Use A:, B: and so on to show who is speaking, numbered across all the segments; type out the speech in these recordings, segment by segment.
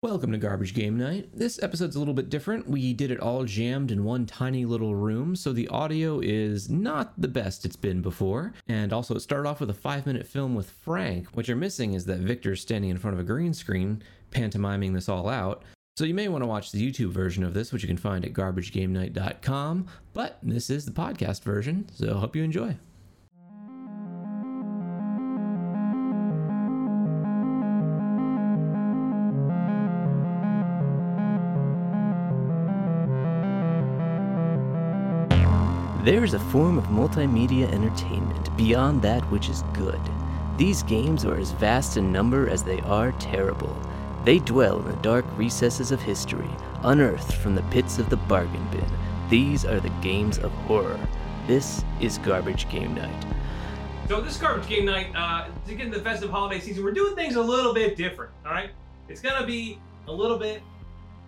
A: Welcome to Garbage Game Night. This episode's a little bit different. We did it all jammed in one tiny little room, so the audio is not the best it's been before. And also, it started off with a five minute film with Frank. What you're missing is that Victor's standing in front of a green screen, pantomiming this all out. So you may want to watch the YouTube version of this, which you can find at garbagegamenight.com. But this is the podcast version, so hope you enjoy.
B: There is a form of multimedia entertainment beyond that which is good. These games are as vast in number as they are terrible. They dwell in the dark recesses of history, unearthed from the pits of the bargain bin. These are the games of horror. This is Garbage Game Night.
C: So this garbage game night, uh, to get in the festive holiday season, we're doing things a little bit different. All right, it's gonna be a little bit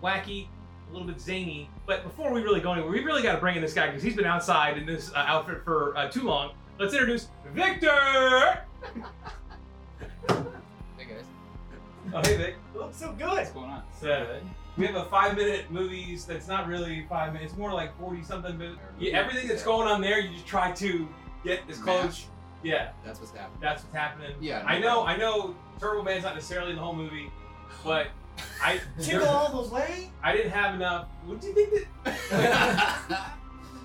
C: wacky, a little bit zany. But before we really go anywhere, we really got to bring in this guy because he's been outside in this uh, outfit for uh, too long. Let's introduce Victor.
D: Hey guys,
C: Oh, hey Vic. Looks so good.
D: what's going on?
C: So, we have a five-minute movies that's not really five minutes. It's more like forty-something minutes. Yeah, everything that's going on there, you just try to get as close. Yeah,
D: That's what's happening.
C: that's what's happening.
D: Yeah,
C: I know. I know. Turbo Man's not necessarily in the whole movie, but I
E: Jiggle all the way?
C: I didn't have enough. What do you think that?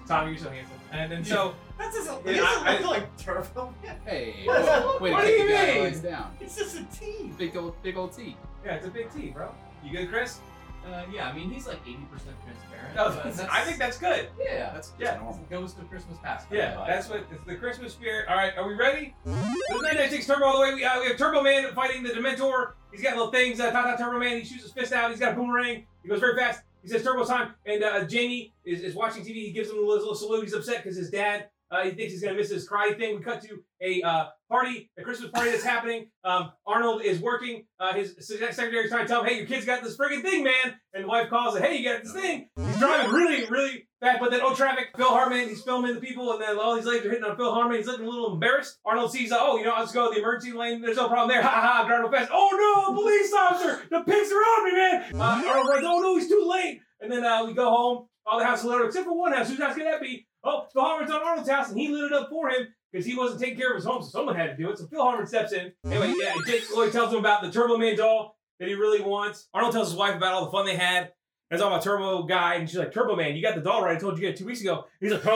C: Tom, you're so handsome. And and so
E: That doesn't,
C: Yeah,
E: yeah, doesn't
C: I-
E: look like turbo.
D: hey,
E: What-
D: way to
C: what do
D: kick
C: you
D: the guy
C: mean?
D: legs down.
E: It's just a T.
D: Big old, big old T.
C: yeah, it's a big T, bro. You good, Chris?
F: Uh, yeah, I mean he's like eighty percent transparent.
C: No,
F: but that's-
C: I think that's good.
F: yeah,
D: That's just
C: Yeah.
D: normal.
F: that's Ghost of Christmas Past.
C: Yeah, that's what it's the Christmas spirit. All right, are we ready? This night takes Turbo all the way. We, uh, we have Turbo Man fighting the Dementor. He's got little things. Uh, Tata Turbo Man. He shoots his fist out. He's got a boomerang. He goes very fast. He says Turbo time. And uh, Jamie is, is watching TV. He gives him a little salute. He's upset because his dad. Uh, he thinks he's gonna miss his karate thing. We cut to a uh, party, a Christmas party that's happening. Um, Arnold is working. Uh, his se- secretary's trying to tell him, "Hey, your kid's got this friggin' thing, man." And the wife calls it, "Hey, you got this thing." He's driving really, really fast, but then oh, traffic. Phil Hartman, he's filming the people, and then all these ladies are hitting on Phil Hartman. He's looking a little embarrassed. Arnold sees, "Oh, you know, I'll just go to the emergency lane. There's no problem there." Ha ha! ha, Arnold fast. Oh no, police officer! The pigs are on me, man. Uh, Arnold runs. Oh no, he's too late. And then uh, we go home. All the houses lit up except for one house. Whose house could that be? Oh, Phil Hartman's on Arnold's house, and he lit it up for him because he wasn't taking care of his home, so someone had to do it. So Phil Harmon steps in. Anyway, yeah, Jake Lloyd tells him about the Turbo Man doll that he really wants. Arnold tells his wife about all the fun they had. That's all my Turbo guy, and she's like, "Turbo Man, you got the doll right? I told you you got it two weeks ago." He's like, "Huh?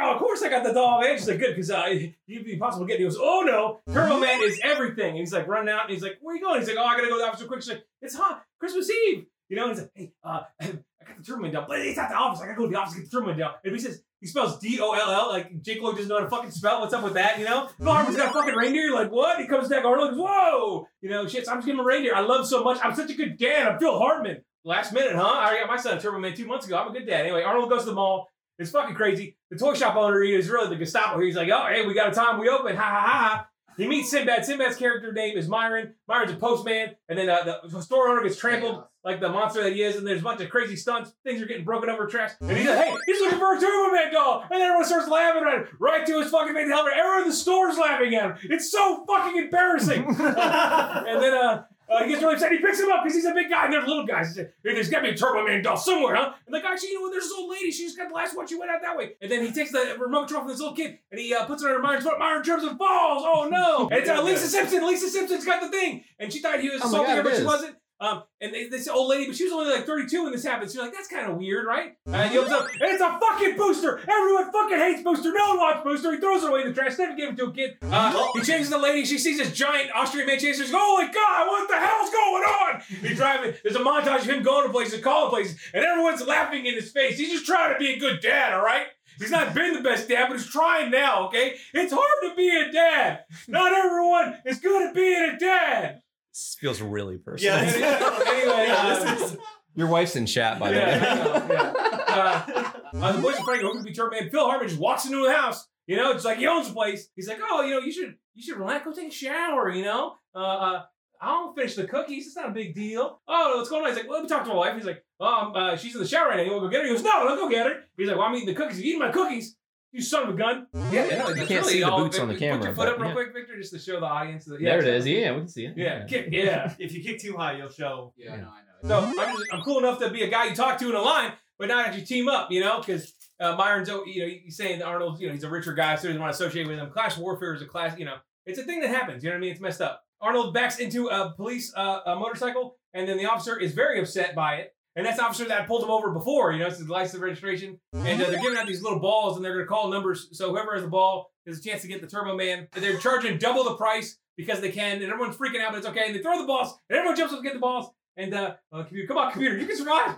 C: Oh, of course I got the doll, man." She's like, "Good, because uh, you'd be impossible to get." He goes, "Oh no, Turbo Man is everything." And he's like running out, and he's like, "Where you going?" He's like, "Oh, I gotta go to the office real quick." She's like, "It's hot, Christmas Eve." You know, and he's like, hey, uh, I got the Truman down, but it's at the office. I gotta go to the office and get the Truman down. And he says, he spells D O L L, like Jake Lloyd doesn't know how to fucking spell. What's up with that, you know? Phil Hartman's got a fucking reindeer. You're like, what? He comes back, Arnold, whoa! You know, shit, so I'm just giving him a reindeer. I love so much. I'm such a good dad. I'm Phil Hartman. Last minute, huh? I already got my son a Turbo Man two months ago. I'm a good dad. Anyway, Arnold goes to the mall. It's fucking crazy. The toy shop owner is really the Gestapo here. He's like, oh, hey, we got a time. We open. Ha ha ha ha. He meets Sinbad. Sinbad's character name is Myron. Myron's a postman, and then uh, the store owner gets trampled like the monster that he is, and there's a bunch of crazy stunts. Things are getting broken over trash. And he's like, hey, he's looking for a Turbo Man doll. And then everyone starts laughing at him, right to his fucking face. Helmet. Everyone in the store's laughing at him. It's so fucking embarrassing. and then uh, uh, he gets really upset. He picks him up because he's a big guy and they're little guys. He said, hey, there's got to be a Turbo Man doll somewhere, huh? And like, actually, you know what? There's this old lady. She just got the last one. She went out that way. And then he takes the remote control from this little kid and he uh, puts it under Myron's foot. Myron trips and falls. Oh, no. And it's uh, Lisa Simpson. Lisa Simpson's got the thing. And she thought he was
F: Oh my God,
C: assaulting her,
F: it
C: but she
F: is.
C: wasn't. Um, and they- this old lady, but she was only like 32 when this happened. So you're like, that's kind of weird, right? And he opens up, and it's a fucking booster. Everyone fucking hates booster. No one wants booster. He throws it away in the trash. Never gave it to a kid. Uh, he changes the lady. She sees this giant Austrian man chasing her. She's like, oh my god, what the hell's going on? He's driving. There's a montage of him going to places, calling places, and everyone's laughing in his face. He's just trying to be a good dad, all right? He's not been the best dad, but he's trying now, okay? It's hard to be a dad. Not everyone is good at being a dad.
G: This feels really personal.
E: Yeah.
C: anyway, uh,
E: this is-
G: Your wife's in chat, by the way.
C: yeah, I know, yeah. Uh, uh, the boys are afraid of be turned man. Phil Hartman just walks into the house. You know, it's like he owns the place. He's like, oh, you know, you should you should relax, go take a shower. You know, uh, uh, I'll finish the cookies. It's not a big deal. Oh, what's going on? He's like, well, let me talk to my wife. He's like, um, uh, she's in the shower right now. You want to go get her? He goes, no, don't go get her. He's like, well, I'm eating the cookies. You eating my cookies? You son of a gun.
G: Yeah, yeah, you
C: That's
G: can't see the
C: all.
G: boots on the
C: Put your
G: camera,
C: foot up
G: but
C: real
G: yeah.
C: quick, Victor, just to show the audience. That,
G: There it is. Yeah, we can see it.
C: Yeah, kick- yeah.
E: If you kick too high, you'll show.
D: Yeah, no, I know.
C: So I'm, just, I'm cool enough to be a guy you talk to in a line, but not actually team up, you know, because uh, Myron's, oh, you know, he's saying that Arnold, you know, he's a richer guy, so he doesn't want to associate with him. Class warfare is a class, you know, it's a thing that happens. You know what I mean? It's messed up. Arnold backs into a police uh, a motorcycle, and then the officer is very upset by it. And that's the officer that pulled him over before, you know, it's his license registration. And uh, they're giving out these little balls, and they're going to call numbers. So whoever has the ball has a chance to get the Turbo Man. And they're charging double the price because they can, and everyone's freaking out, but it's okay. And they throw the balls, and everyone jumps up to get the balls. And uh, uh, computer, come on, computer, you can survive.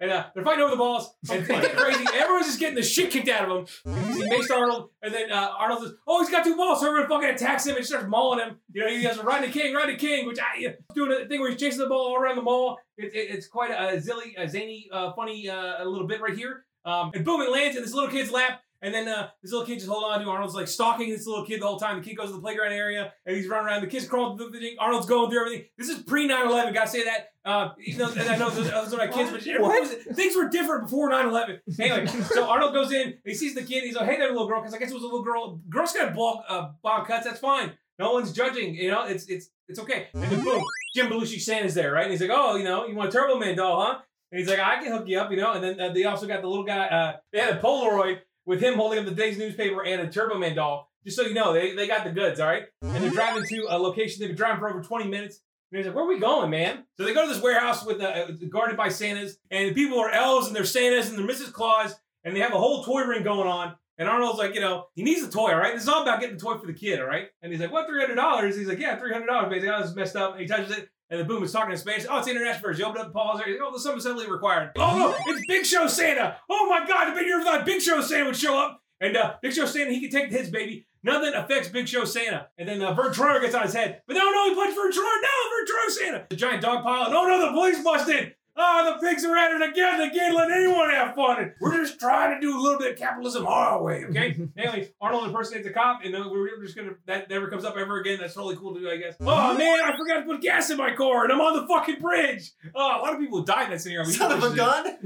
C: And uh, they're fighting over the balls, and things get crazy. Everyone's just getting the shit kicked out of them. You see Mace Arnold, and then uh, Arnold says, "Oh, he's got two balls." So everyone fucking attacks him and starts mauling him. You know, he has a Rodney King, Rodney King, which I doing a thing where he's chasing the ball all around the mall. It, it, it's quite a zilly, a zany, uh, funny uh, little bit right here. Um, and boom, it lands in this little kid's lap. And then uh, this little kid just hold on to Arnold's like stalking this little kid the whole time. The kid goes to the playground area and he's running around. The kid's crawling through the thing. Arnold's going through everything. This is pre 9 11. Gotta say that. Uh, even though, and I know those, those are my kids, but everyone was- things were different before 9 11. Anyway, so Arnold goes in and he sees the kid. He's like, hey there, little girl, because I guess it was a little girl. Girls got block, uh, bomb cuts. That's fine. No one's judging. You know, it's it's it's okay. And then boom, Jim Belushi Sand is there, right? And he's like, oh, you know, you want a Turbo Man doll, huh? And he's like, I can hook you up, you know. And then uh, they also got the little guy. Uh, they had a Polaroid with him holding up the day's newspaper and a Turbo Man doll. Just so you know, they, they got the goods, all right? And they're driving to a location. They've been driving for over 20 minutes. And he's like, where are we going, man? So they go to this warehouse with uh, guarded by Santas. And the people are elves and they're Santas and they're Mrs. Claus. And they have a whole toy ring going on. And Arnold's like, you know, he needs a toy, all right? This is all about getting the toy for the kid, all right? And he's like, what, $300? He's like, yeah, $300. Basically, oh, this is messed up. And he touches it. And then boom, it's talking in Spanish. Oh, it's the international version. You open up the pause. there. He's like, Oh, there's some assembly required. Oh, no, it's Big Show Santa. Oh, my God. I've been here thought Big Show Santa would show up. And uh, Big Show Santa, he can take his baby. Nothing affects Big Show Santa. And then uh, Vertrauer gets on his head. But no, no, he punched Vertrauer. No, Vertrauer Santa. The giant dog pile. No, no, the police busted. Oh, the pigs are at it again. They can't let anyone have fun. We're just trying to do a little bit of capitalism our way, okay? anyway, Arnold impersonates a cop, and then we're just gonna. That never comes up ever again. That's totally cool to do, I guess. Oh, man, I forgot to put gas in my car, and I'm on the fucking bridge. Oh, a lot of people died in that scenario. We
E: Son of a
C: published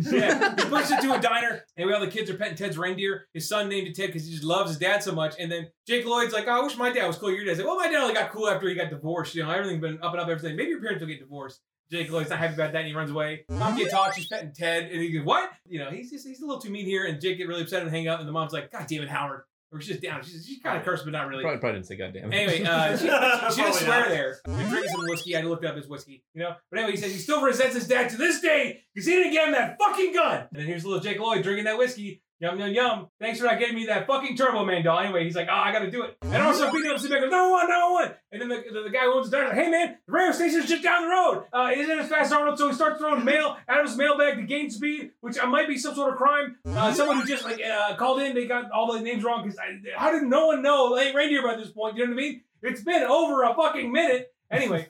C: it.
E: gun.
C: Yeah, he pushed it to a diner, and we all the kids are petting Ted's reindeer. His son named it Ted because he just loves his dad so much. And then Jake Lloyd's like, "Oh, I wish my dad was cool. Your dad's like, well, my dad only got cool after he got divorced. You know, everything's been up and up. Everything. Maybe your parents will get divorced." Jake Lloyd's not happy about that, and he runs away. Mom gets talks. She's petting Ted, and he goes, "What? You know, he's just he's a little too mean here." And Jake get really upset and hang up. And the mom's like, "God damn it, Howard!" Or she's just down. She's she kind of cursed, but not really.
G: Probably, probably didn't say goddamn.
C: Anyway, uh, she, she didn't
E: Probably
C: swear
E: not.
C: there. He drinks some whiskey. I looked up his whiskey, you know. But anyway, he says he still resents his dad to this day because he didn't get him that fucking gun. And then here's little Jake Lloyd drinking that whiskey. Yum yum yum. Thanks for not getting me that fucking Turbo Man doll. Anyway, he's like, oh, I gotta do it. And also beating up Sebastian, no one, no one. And then the, the, the guy who owns the diner, like, hey man, the radio station's just down the road. Uh, isn't it fast Arnold? So he starts throwing mail out of his mailbag to gain speed, which uh, might be some sort of crime. Uh, someone who just like uh, called in, they got all the names wrong because how did no one know Late Reindeer by this point? You know what I mean? It's been over a fucking minute. Anyway,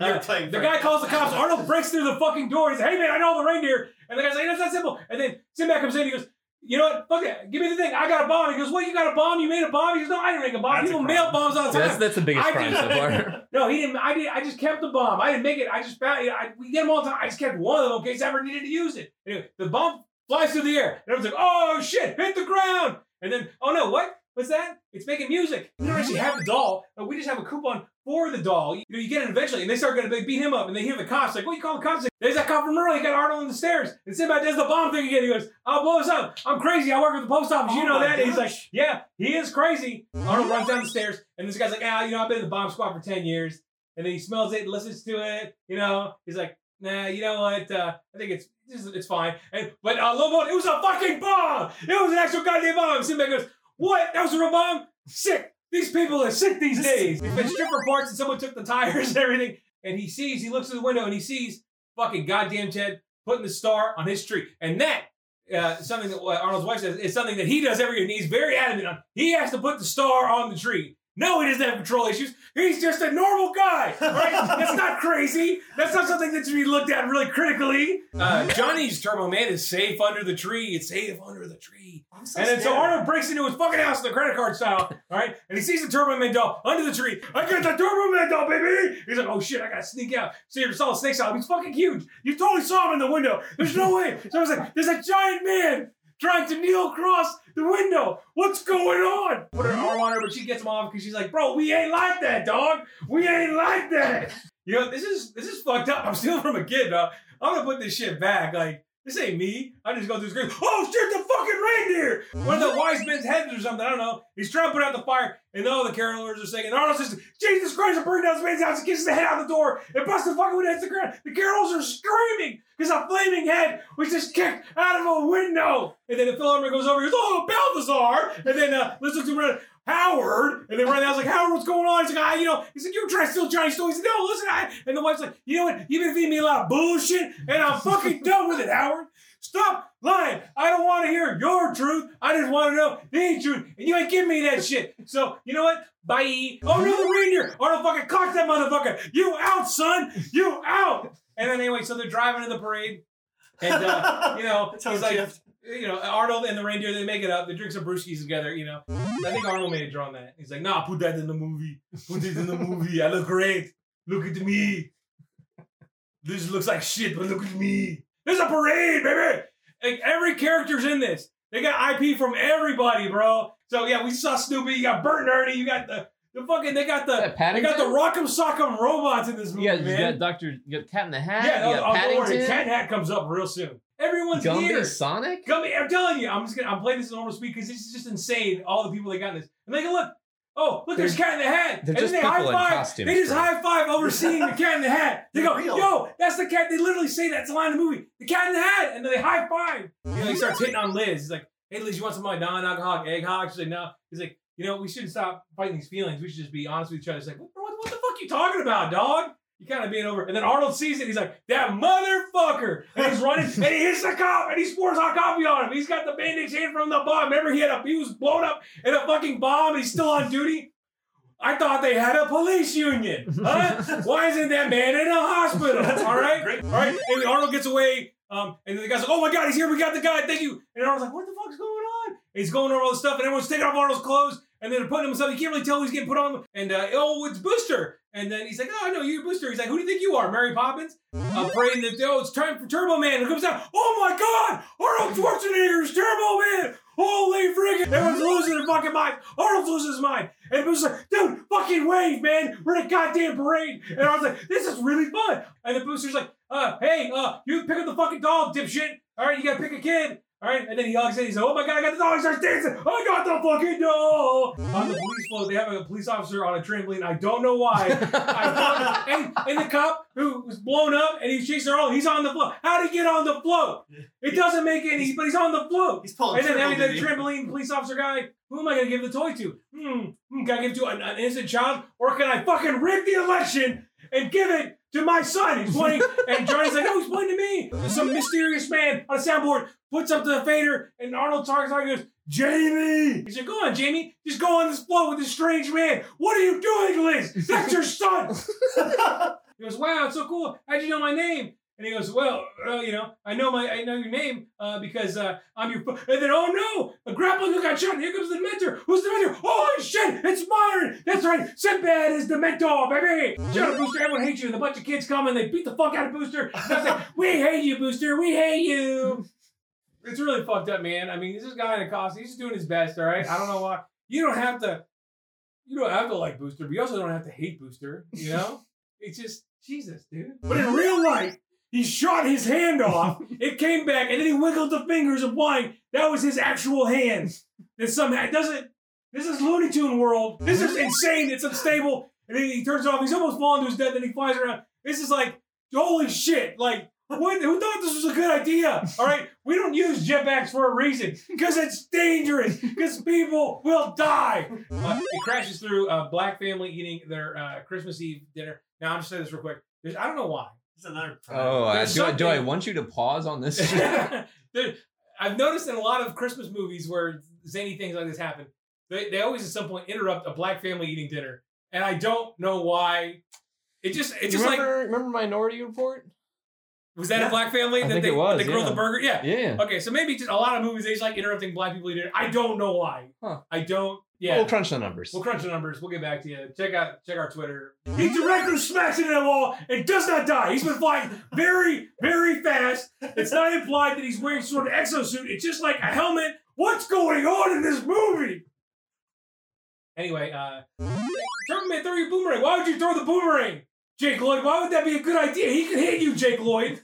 E: You're playing
C: the
E: for-
C: guy calls the cops. Arnold breaks through the fucking door. He's like, hey man, I know the reindeer. And the guy's like, that's not simple. And then Sinbad comes in. He goes, you know what? Fuck it. Give me the thing. I got a bomb. He goes, what? You got a bomb? You made a bomb? He goes, no, I didn't make a bomb.
E: That's a
C: People
E: crime.
C: mail bombs all the
G: So
C: time.
G: that's that's the biggest
C: I
G: crime
C: did-
G: so far.
C: No, he didn't. I did. I just kept the bomb. I didn't make it. I just found. I, we get them all the time. I just kept one of them in case I ever needed to use it. Anyway, the bomb flies through the air, and everyone's like, "Oh shit! Hit the ground!" And then, "Oh no! What? What's that? It's making music." We don't actually have the doll, but we just have a coupon for the doll. You know, you get it eventually, and they start going to beat him up, and they hear the cops like, "What you call the cops?" Like, There's that cop from earlier. He got Arnold on the stairs, and Sinbad does the bomb thing again. He goes, "I'll blow us up. I'm crazy. I work with the post office. you
E: Oh
C: know
E: my
C: that." And He's like,
E: gosh.
C: "Yeah, he is crazy." Arnold runs down the stairs, and this guy's like, "Ah, you know, I've been in the bomb squad for ten years." and then he smells it, listens to it. You know, he's like, nah, you know what? Uh, I think it's it's, it's fine. And but uh, Lobo, it was a fucking bomb. It was an actual goddamn bomb. Sinbad goes, what? That was a real bomb? Sick. These people are sick these days. It's been stripper parts, and someone took the tires and everything. And he sees, he looks through the window, and he sees fucking goddamn Ted putting the star on his tree, and that. Uh, something that uh, Arnold's wife says is something that he does every year, and he's very adamant on. He has to put the star on the tree. No, he doesn't have control issues. He's just a normal guy, right? That's not crazy. That's not something that should be looked at really critically. Uh, Johnny's Turbo Man is safe under the tree. It's safe under the tree.
E: I'm
C: and then so
E: scared.
C: Arnold breaks into his fucking house in the credit card style, all right? And he sees the Turbo Man doll under the tree. I got the Turbo Man doll, baby! He's like, oh shit, I gotta sneak out. So you saw the snake saw him. He's fucking huge. You totally saw him in the window. There's no way. So I was like, there's a giant man trying to kneel across the window. What's going on? Put her arm on her, but she gets him off because she's like, bro, we ain't like that, dog. We ain't like that. You know, this is this is fucked up. I'm stealing from a kid, dog. I'm gonna put this shit back. Like, this ain't me. I just go through the screen. Oh shit, the fucking reindeer! One of the wise men's heads or something. I don't know. He's trying to put out the fire, and all the carolers are singing. Arnold says, Jesus Christ, I burned down this man's house and kicks the head out the door and busts the fucking window hits the ground. The carolers are screaming because a flaming head was just kicked out of a window. And then the Philharmonic goes over, he goes, Oh, Balthazar! And then uh, listens to him run, Howard, and they run out. I was like, Howard, what's going on? He's like, I, you know, he's like, you trying to steal Johnny's story. He's like, no, listen, I. And the wife's like, you know what? You've been feeding me a lot of bullshit, and I'm fucking done with it, Howard. Stop lying. I don't want to hear your truth. I just want to know the truth, and you ain't giving me that shit. So you know what? Bye. Oh no, the reindeer. Arnold fucking cock that motherfucker. You out, son. You out. And then anyway, so they're driving to the parade, and uh, you know,
E: That's how
C: he's
E: it
C: like,
E: shifts.
C: you know, Arnold and the reindeer, they make it up. They drink some brewskis together, you know. I think Arnold may have drawn that. He's like, nah, put that in the movie. Put it in the movie. I look great. Look at me. This looks like shit, but look at me. There's a parade, baby. Like every character's in this. They got IP from everybody, bro. So yeah, we saw Snoopy. You got Bert and Ernie. You got the the fucking. They got the. They got the Rock'em Sock'em robots in this movie,
D: You got, you
C: man.
D: got Doctor, you got Cat in the Hat.
C: yeah,
D: you
C: oh,
D: got
C: oh, don't worry.
D: Paddington.
C: Cat Hat comes up real soon. Everyone's
D: Gumby,
C: here.
D: Sonic.
C: Gumby, I'm telling you, I'm just gonna I'm playing this in normal speed because this is just insane. All the people that got in this, and they can look. Oh, look, there's Cat in the Hat,
G: they're
C: and
G: just
C: then they
G: people
C: high
G: in
C: five.
G: costumes,
C: They just
G: bro.
C: high five overseeing the Cat in the Hat. They go,
E: They're real.
C: "Yo, that's the cat." They literally say that's the line in the movie, "The Cat in the Hat," and then they high five. You know, he starts hitting on Liz. He's like, "Hey, Liz, you want some of my non-alcoholic egg hog?" She's like, "No." He's like, "You know, we shouldn't stop fighting these feelings. We should just be honest with each other." He's like, "What, what, what the fuck you talking about, dog?" You kind of being over. And then Arnold sees it. He's like, that motherfucker. And he's running and he hits the cop and he pours hot coffee on him. He's got the bandage hand from the bomb. Remember, he had a, he was blown up in a fucking bomb and he's still on duty. I thought they had a police union. Huh? Why isn't that man in a hospital? All right. All right. And Arnold gets away. Um, and then the guy's like, oh my God, he's here. We got the guy. Thank you. And Arnold's like, what the fuck's going on? And he's going over all the stuff, and everyone's taking off Arnold's clothes, and then they're putting himself. You can't really tell who he's getting put on. And uh, oh, it's Booster. And then he's like, oh no, you're Booster. He's like, who do you think you are, Mary Poppins? Uh, praying that oh, it's time for Turbo Man. And comes out. Oh my God, Arnold Schwarzenegger's Turbo Man. Holy friggin'! Everyone's losing their fucking mind. Arnold's losing his mind. And Booster's like, dude, fucking wave, man. We're in a goddamn parade. And I was like, this is really fun. And the Booster's like, uh, hey, uh, you pick up the fucking doll, dipshit. All right, you gotta pick a kid. All right, and then he hugs it. He's like, "Oh my god, I got the dog!" He starts dancing. I got the fucking dog. On the police float, they have a police officer on a trampoline. I don't know why. I don't- and, and the cop who was blown up and he's chasing her all. He's on the float. How would he get on the float? It doesn't make any. But he's on the float.
E: He's pulling
C: And then having
E: triple
C: the
E: duty.
C: trampoline police officer guy. Who am I gonna give the toy to? Hmm. hmm, can I give it to an, an innocent child, or can I fucking rig the election and give it to my son? He's pointing, and Johnny's like, "No, he's pointing to me." There's some mysterious man on a soundboard puts up the fader, and Arnold targets and goes, Jamie! He's like, go on, Jamie. Just go on this float with this strange man. What are you doing, Liz? That's your son! he goes, wow, it's so cool. How'd you know my name? And he goes, well, uh, you know, I know my, I know your name uh, because uh, I'm your. fa-" And then, oh no, a grappling hook got shot. And here comes the mentor. Who's the mentor? Holy shit, it's Myron. That's right, Sinbad is the mentor, baby. Shut up, Booster. Everyone hates you. And a bunch of kids come and they beat the fuck out of Booster. And I was like, we hate you, Booster. We hate you. It's really fucked up, man. I mean, this is guy in a costume. He's just doing his best, all right? I don't know why. You don't have to you don't have to like Booster, but you also don't have to hate Booster, you know? it's just Jesus, dude. But in real life, he shot his hand off, it came back, and then he wiggled the fingers implying that was his actual hand. That somehow it doesn't this is Looney Tune world. This is insane, it's unstable. And then he turns it off, he's almost falling to his death, then he flies around. This is like, holy shit, like what? Who thought this was a good idea? All right, we don't use jetpacks for a reason because it's dangerous. Because people will die. Uh, it crashes through a black family eating their uh, Christmas Eve dinner. Now I'm just saying this real quick. There's, I don't know why.
E: It's another.
G: Oh, I,
C: There's
G: do, I- do I
C: something-
G: want you to pause on this?
C: There- I've noticed in a lot of Christmas movies where zany things like this happen, they, they always at some point interrupt a black family eating dinner, and I don't know why. It just it just like
D: remember, remember Minority Report?
C: was that
E: Yeah.
C: a black family
D: I
C: that
D: think
C: they
D: it was,
C: the girl
D: yeah.
C: the burger yeah
D: Yeah.
C: Okay, so maybe just a lot of movies they just like interrupting black people eating. I don't know why.
D: Huh.
C: I don't. Yeah,
G: We'll crunch the numbers.
C: we'll crunch the numbers. We'll get back to you. Check out check our Twitter. He directly smacks into the wall and does not die. He's been flying very very fast. It's not implied that he's wearing some sort of exosuit. It's just like a helmet. What's going on in this movie? Anyway, uh, Turbo Man, throw your boomerang. Why would you throw the boomerang, Jake Lloyd? Why would that be a good idea? He can hit you, Jake Lloyd.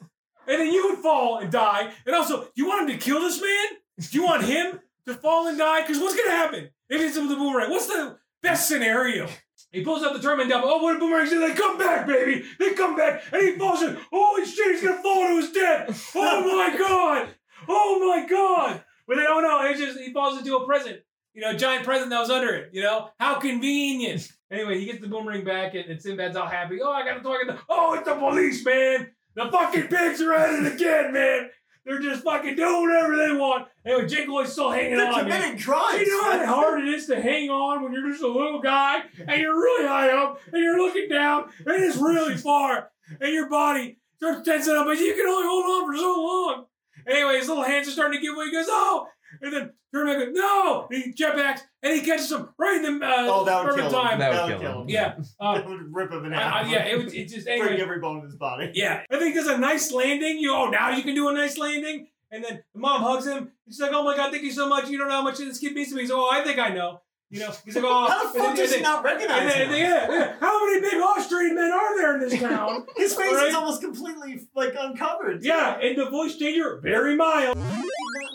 C: and then you would fall and die. And also, you want him to kill this man? Do you want him to fall and die? Because what's gonna happen if it's with the boomerang? What's the best scenario? He pulls out the terminal double. Oh, what a boomerang! They come back, baby. They come back, and he falls. In. Holy shit! He's gonna fall to his death. Oh my god! Oh my god! But they don't know. It's just he falls into a present. You know, giant present that was under it. You know, how convenient. Anyway, he gets the boomerang back, and, and Sinbad's all happy. Oh, I got the toy. I got the- Oh, it's the police, man. The fucking pigs are at it again, man. They're just fucking doing whatever they want. Anyway, Jake Lloyd's still hanging
E: They're
C: on. man.
E: committing crimes.
C: You know how hard it is to hang on when you're just a little guy and you're really high up and you're looking down and it's really far and your body starts tensing up, but you can only hold on for so long. Anyway, his little hands are starting to give way. He goes, oh! And then Terminator goes, no! And he jetpacks and he catches him right in the uh,
E: Oh, that would
C: perfect
E: kill him.
C: time.
G: That would
E: That would
G: kill
E: kill him.
C: Yeah. Uh,
E: That would rip him in
C: I-
E: half.
C: I- yeah, it, was- it just, anyway.
E: break every bone in his body.
C: Yeah, I think there's a nice landing. You oh now you can do a nice landing, and then the mom hugs him. She's like, oh my god, thank you so much. You don't know how much this kid means to me. He's like, oh, I think I know. You know, he's like, oh,
E: How the fuck
C: and then-
E: does he
C: and then-
E: not recognize
C: and then- and
E: him?
C: then- yeah, yeah. How many big Austrian men are there in this town?
E: His face
C: Right?
E: is almost completely like uncovered.
C: yeah, and the voice changer very mild.
E: I did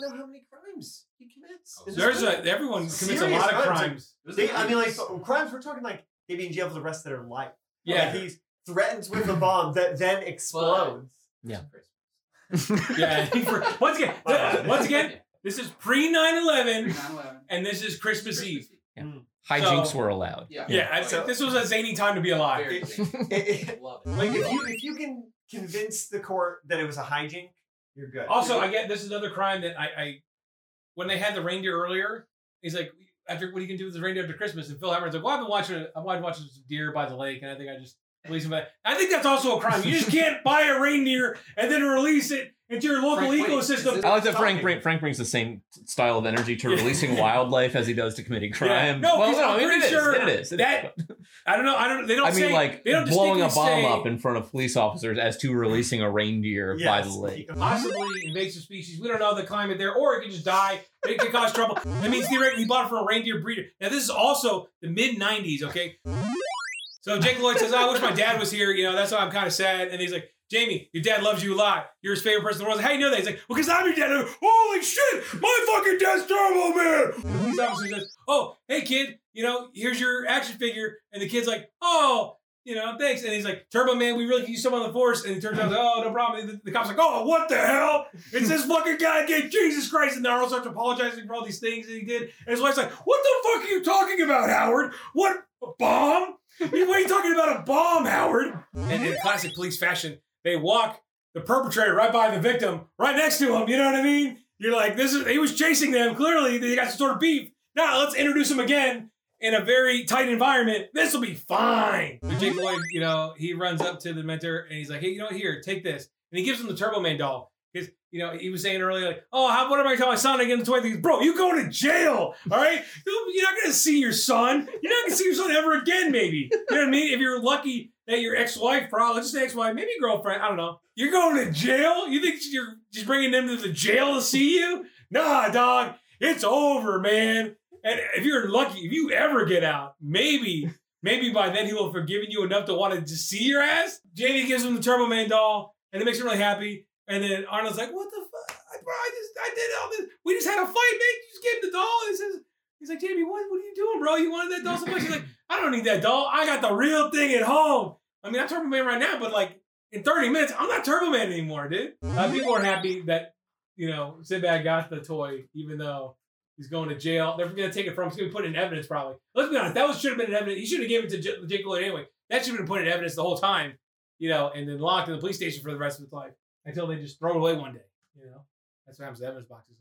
E: not know how many crimes he commits. in this movie.
C: everyone
E: commits a lot of Serious crimes. crimes.
F: It was
E: They,
F: the
E: I mean, like
F: 90s.
E: crimes. We're talking like they be in jail for the rest of their life.
C: Yeah.
E: like, he's threatened with a bomb that then explodes.
C: yeah. once again, th- once again, this is pre 9/11, and this is Christmas Eve.
G: Hijinks
C: So-
G: were allowed.
F: Yeah.
C: Yeah, I said this was a zany time to be alive.
F: Very zany.
E: It- it-
F: Love
E: like if you if you can convince the court that it was a hijink, you're good.
C: Also, I get this is another crime that I, I when they had the reindeer earlier, he's like, after what are you gonna do with the reindeer after Christmas? And Phil Hammer's like, well, I've been watching, I've been watching some deer by the lake, and I think I just release him. back." I think that's also a crime. You just can't buy a reindeer and then release it into your local
F: Frank, wait,
C: ecosystem.
F: is
G: I like that Frank,
E: Stalking.
G: bring, Frank brings the same style of energy to
C: Yeah.
G: releasing wildlife as he does to committing crime.
C: No,
G: well,
C: 'cause I'm
G: I mean,
C: pretty
G: it is,
C: sure
G: it is. It
C: that-
G: is.
C: I don't know. I don't. They don't
G: I mean,
C: say
G: like
C: they don't
G: blowing a bomb
C: distinctly say-
G: up in front of police officers as to releasing a reindeer by
E: Yes.
G: the lake.
C: possibly invasive species. We don't know the climate there, or it could just die. It could cause trouble. That means theoretically he bought it from a reindeer breeder. Now this is also the mid '90s. Okay, so Jake Lloyd says, "Oh, "I wish my dad was here. You know, that's why I'm kind of sad." And he's like. Jamie, your dad loves you a lot. You're his favorite person in the world. How do you know that? He's like, well, because I'm your dad. I'm like, Holy shit, my fucking dad's Turbo Man. And the police officer says, oh, hey, kid, you know, here's your action figure. And the kid's like, oh, you know, thanks. And he's like, Turbo Man, we really can use someone on the force. And it turns out, oh, no problem. And the, the cop's like, oh, what the hell? It's this fucking guy again, Jesus Christ. And Arnold starts apologizing for all these things that he did. And his wife's like, what the fuck are you talking about, Howard? What, a bomb? You- What are you talking about, a bomb, Howard? And in classic police fashion, they walk the perpetrator right by the victim, right next to him. You know what I mean? You're like, this is, he was chasing them. Clearly, they got some sort of beef. Now let's introduce him again in a very tight environment, this will be fine. But Jake Lloyd, you know, he runs up to the mentor and he's like, hey, you know, what? here, take this. And he gives him the Turbo Man doll. Because, you know, he was saying earlier, like, oh, how, what am I telling my son again? The toy thing, bro, you go to jail, all right? You- You're not going to see your son. You're not going to see your son ever again, maybe. You know what I mean? If you're lucky that your ex wife, probably just an ex wife, maybe girlfriend, I don't know. You're going to jail? You think you're just bringing them to the jail to see you? Nah, dog, it's over, man. And if you're lucky, if you ever get out, maybe, maybe by then he will have forgiven you enough to want to just see your ass. Jamie gives him the Turbo Man doll, and it makes him really happy. And then Arnold's like, "What the fuck, bro? I just, I did all this. We just had a fight, man. You just gave him the doll." He says, "He's like, Jamie, what, what are you doing, bro? You wanted that doll so much?" He's like, "I don't need that doll. I got the real thing at home. I mean, I'm Turbo Man right now, but like in 30 minutes, I'm not Turbo Man anymore, dude." Uh, people are happy that you know Sinbad got the toy, even though. He's going to jail. They're going to take it from him. He's going to put it in evidence, probably. Let's be honest. That was, should have been in evidence. He should have given it to J- Jake Lloyd anyway. That should have been put in evidence the whole time, you know, and then locked in the police station for the rest of his life until they just throw it away one day, you know? That's what happens to evidence boxes.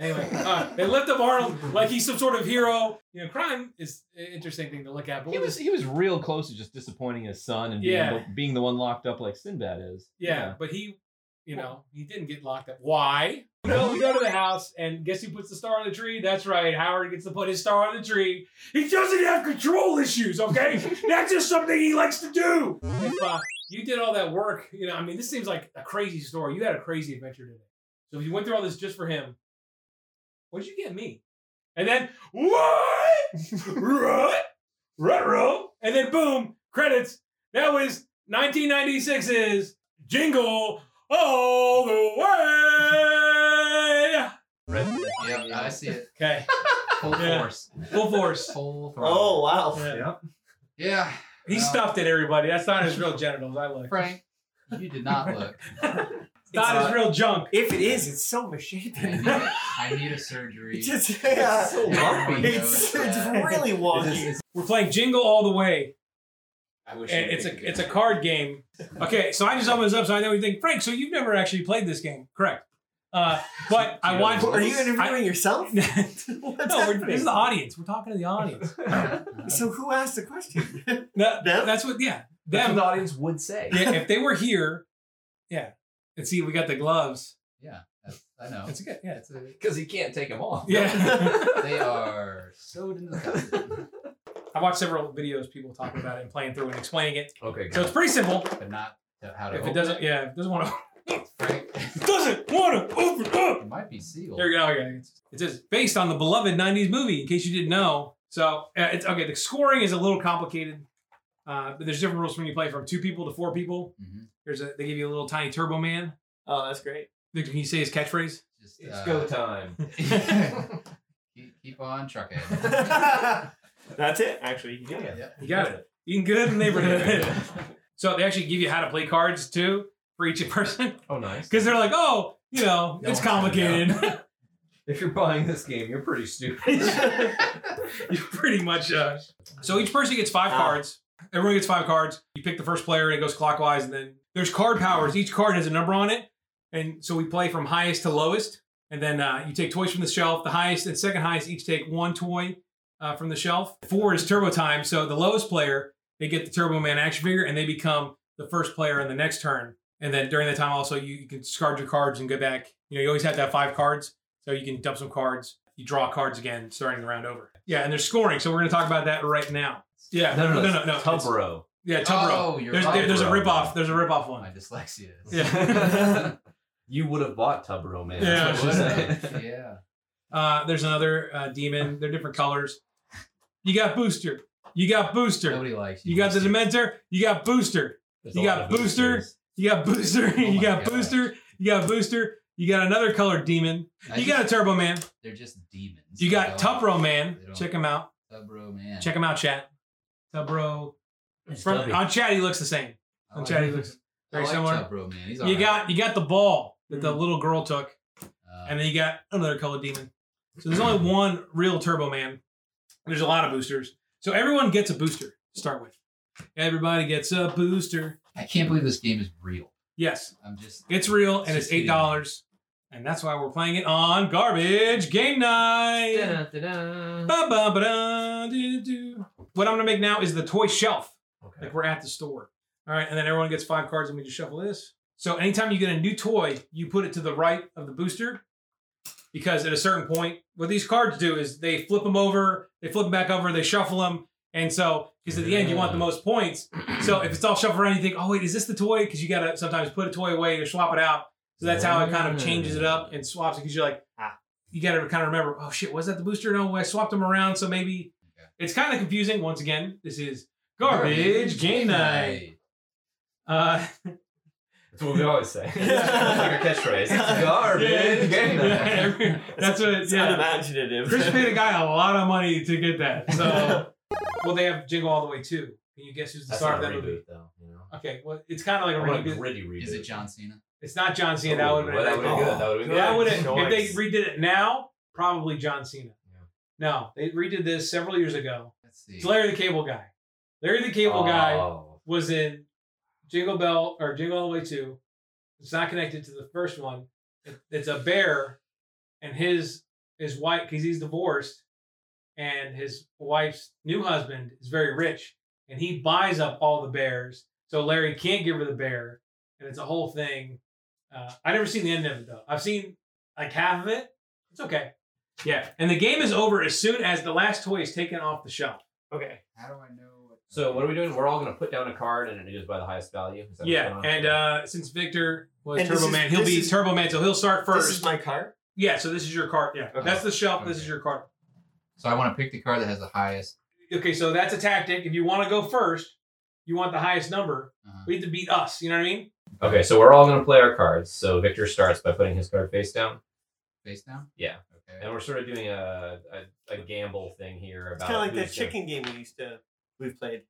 C: Anyway, uh, they lift up Arnold like he's some sort of hero. You know, crime is an interesting thing to look at. But
G: He
C: we'll
G: was
C: just-
G: he was real close to just disappointing his son and
C: Yeah.
G: being, the, being the one locked up like Sinbad is.
C: yeah, but he, you know, he didn't get locked up. Why? No, we go to the house, and guess who puts the star on the tree? That's right, Howard gets to put his star on the tree. He doesn't have control issues, okay? That's just something he likes to do. If uh, you did all that work, you know, I mean, this seems like a crazy story. You had a crazy adventure today. So if you went through all this just for him, what'd you get me? And then, what? Rut, rut, row. And then, boom, credits. That was 1996's Jingle all the way.
F: Red. Yep, I see it.
C: Okay,
F: Full
C: Yeah.
F: force.
C: full force.
F: Full throttle.
E: Oh wow.
C: Yeah.
F: Yeah.
C: He
F: Well,
C: stuffed it, everybody. That's not his real genitals. I look.
F: Frank, you did not look.
E: It's
C: Not his
E: not-
C: real junk.
E: if it is, it's so
F: I
E: misshapen.
F: need, I need a surgery.
E: It's just yeah.
F: It's so lumpy.
E: It's, it's
F: Yeah.
E: really
F: This
E: wonky.
F: is-
C: We're playing Jingle All the Way,
F: I wish
C: and
F: you
C: Eh, it's
F: could
C: a
F: do
C: it's a
F: that.
C: card game. Okay, so I just opened this up, so I know you think Frank. So you've never actually played this game, correct? Uh, but I want.
E: Are you interviewing
C: I-
E: yourself?
C: no,
E: What's
C: we're,
E: happening?
C: this is the audience. We're talking to the audience.
E: So who asked the question?
C: No,
E: Them?
C: that's what. Yeah,
G: That's what
C: them.
G: the audience would say.
C: yeah, if they were here, yeah. And see, we got the gloves.
F: That's- I
H: Oh.
F: know.
C: It's good. Yeah.
F: It's a,
G: Because he can't take them off.
C: Yeah.
F: they are sewed into the cup,
C: I watched several videos people talking about it and playing through and explaining it.
G: Okay.
C: So it's pretty simple.
F: but not to- how to
C: If
F: open
C: it doesn't, yeah, if it doesn't want to,
F: Frank,
C: doesn't want to open up.
F: it might be sealed.
C: Here we go. Okay. It says based on the beloved '90s movie. In case you didn't know, so uh, it's okay. The scoring is a little complicated, uh, but there's different rules when you play from two people to four people.
F: Mhm.
C: There's a they give you a little tiny Turbo Man.
E: oh, that's great.
C: Victor, can you say his catchphrase?
F: Just,
G: It's
F: uh,
G: go time.
F: keep, keep on trucking.
E: that's it. Actually, you can do it.
F: Yep.
C: You got it. Eating good in the neighborhood. so they actually give you how to play cards too for each person
G: Oh, nice.
C: because they're like, oh, you know,
F: No
C: it's
F: one's gonna
C: complicated.
G: If you're buying this game, you're pretty stupid.
C: you pretty much. Uh, so each person gets five
E: Ah.
C: cards. Everyone gets five cards. You pick the first player, and it goes clockwise. And then there's card powers. Each card has a number on it, and so we play from highest to lowest. And then uh, you take toys from the shelf. The highest and second highest each take one toy uh, from the shelf. Four is turbo time. So the lowest player they get the Turbo Man action figure, and they become the first player in the next turn. And then during that time, also you, you can discard your cards and go back. You know, you always have to have five cards, so you can dump some cards. You draw cards again, starting the round over. Yeah, and there's scoring, so we're going to talk about that right now. Yeah, no, no, no, no. no, it's-
G: Tubro.
C: Yeah, Tubro.
F: Oh, you're
C: there's,
F: right.
C: there- there's a
G: Tubro.
C: ripoff. There's a ripoff
F: My
C: one.
F: dyslexia. is-
C: Yeah.
G: You would have bought Tubro, man.
C: Yeah.
G: That's what she said.
F: yeah.
C: Uh, there's another uh, demon. They're different colors. You got Booster. You got Booster.
F: Nobody likes
C: You got the Dementor. You got Booster.
G: There's
C: You
G: a
C: got
G: lot of
C: Booster?
G: boosters.
C: You got Booster.
F: Oh
C: you
F: my
C: got
F: gosh.
C: Booster. You got Booster. You got another colored demon.
F: I
C: you
F: just-
C: got a Turbo Man.
F: They're just demons.
C: You got
F: They don't-
C: Tubro Man.
F: they don't-
C: Check him out.
F: Tubro man.
C: Check him out, chat. Tubro.
G: It's
C: From,
G: Tubby.
C: on chat, he looks the same.
F: I
C: On
F: like-
C: chat, he looks.
F: I
C: very
F: like
C: similar.
F: Tubro man. He's
C: You
F: alright. Mm-hmm.
C: got you got the ball that the little girl took,
F: Uh,
C: and then you got another colored demon. So there's only one real Turbo Man. There's a lot of boosters. So everyone gets a booster to start with. Everybody gets a booster.
F: I can't believe this game is real.
C: Yes.
F: I'm just.
C: It's real and it's eight dollars, and that's why we're playing it on garbage game night. Ba, ba, ba, da, do, do. What I'm gonna make now is the toy shelf,
G: Okay.
C: like we're at the store. All right, and then everyone gets five cards, and we just shuffle this. So anytime you get a new toy, you put it to the right of the booster, because at a certain point, what these cards do is they flip them over, they flip them back over, they shuffle them, and so because at the end you want the most points. So if it's all shuffled around, you think, oh wait, is this the toy? Because you gotta sometimes put a toy away or swap it out. So that's how it kind of changes it up and swaps it. Because you're like, ah, you gotta kind of remember, oh shit, was that the booster? No, I swapped them around. So maybe
F: Okay.
C: it's kind of confusing. Once again, this is garbage, game night. Uh,
G: That's what we always say. it's like a catchphrase.
E: Yeah.
G: It's garbage.
C: Yeah.
G: game night.
C: that's what.
E: It's
C: yeah.
E: unimaginative.
C: Chris paid a guy a lot of money to get that. So, well, they have Jingle All the Way too. Can you guess who's the
G: That's
C: star
G: not
C: of
G: a
C: that movie?
G: reboot, though. You know?
C: Okay, well, it's kind of like
G: I
C: a
G: want a
C: reboot.
G: gritty reboot.
F: Is it John Cena?
C: It's not John Cena. That
G: Oh,
C: would have
G: well, that
C: been.
G: would've been good. That would have been
C: That would have.
G: good.
C: If they
E: Nice.
C: redid it now, probably John Cena.
G: Yeah.
C: No, they redid this several years ago.
F: Let's see.
C: It's Larry the Cable Guy. Larry the Cable Guy
G: Oh.
C: was in Jingle Bell or Jingle All the Way Two. It's not connected to the first one. It- It's a bear, and his his wife because he's divorced, and his wife's new husband is very rich, and he buys up all the bears. So Larry can't give her the bear, and it's a whole thing. Uh, I never seen the end of it though. I've seen like half of it. It's okay. Yeah, and the game is over as soon as the last toy is taken off the shelf.
E: Okay.
F: How do I know? What
G: So what are we doing? We're all gonna put down a card and it goes by the highest value. Is that what's
C: Yeah,
G: going on?
C: and uh, since Victor was
E: And this
C: Turbo
E: is-
C: Man, he'll
E: this
C: be
E: is-
C: Turbo Man, so he'll start first.
E: This is my cart.
C: yeah, so this is your card. Yeah,
E: Okay.
C: that's the shelf. This
F: Okay.
C: is your card.
F: So I want to pick the card that has the highest.
C: Okay, so that's a tactic. If you want to go first, you want the highest number.
F: Uh-huh.
H: um,
C: We have to beat us. You know what I mean?
I: Okay, so we're all going to play our cards. So Victor starts by putting his card face down.
H: Face down?
I: Yeah.
H: Okay.
I: And we're sort of doing a, a, a gamble thing here
E: It's
I: about
E: kind of like that
I: who's gonna-
E: chicken game we used to we've played.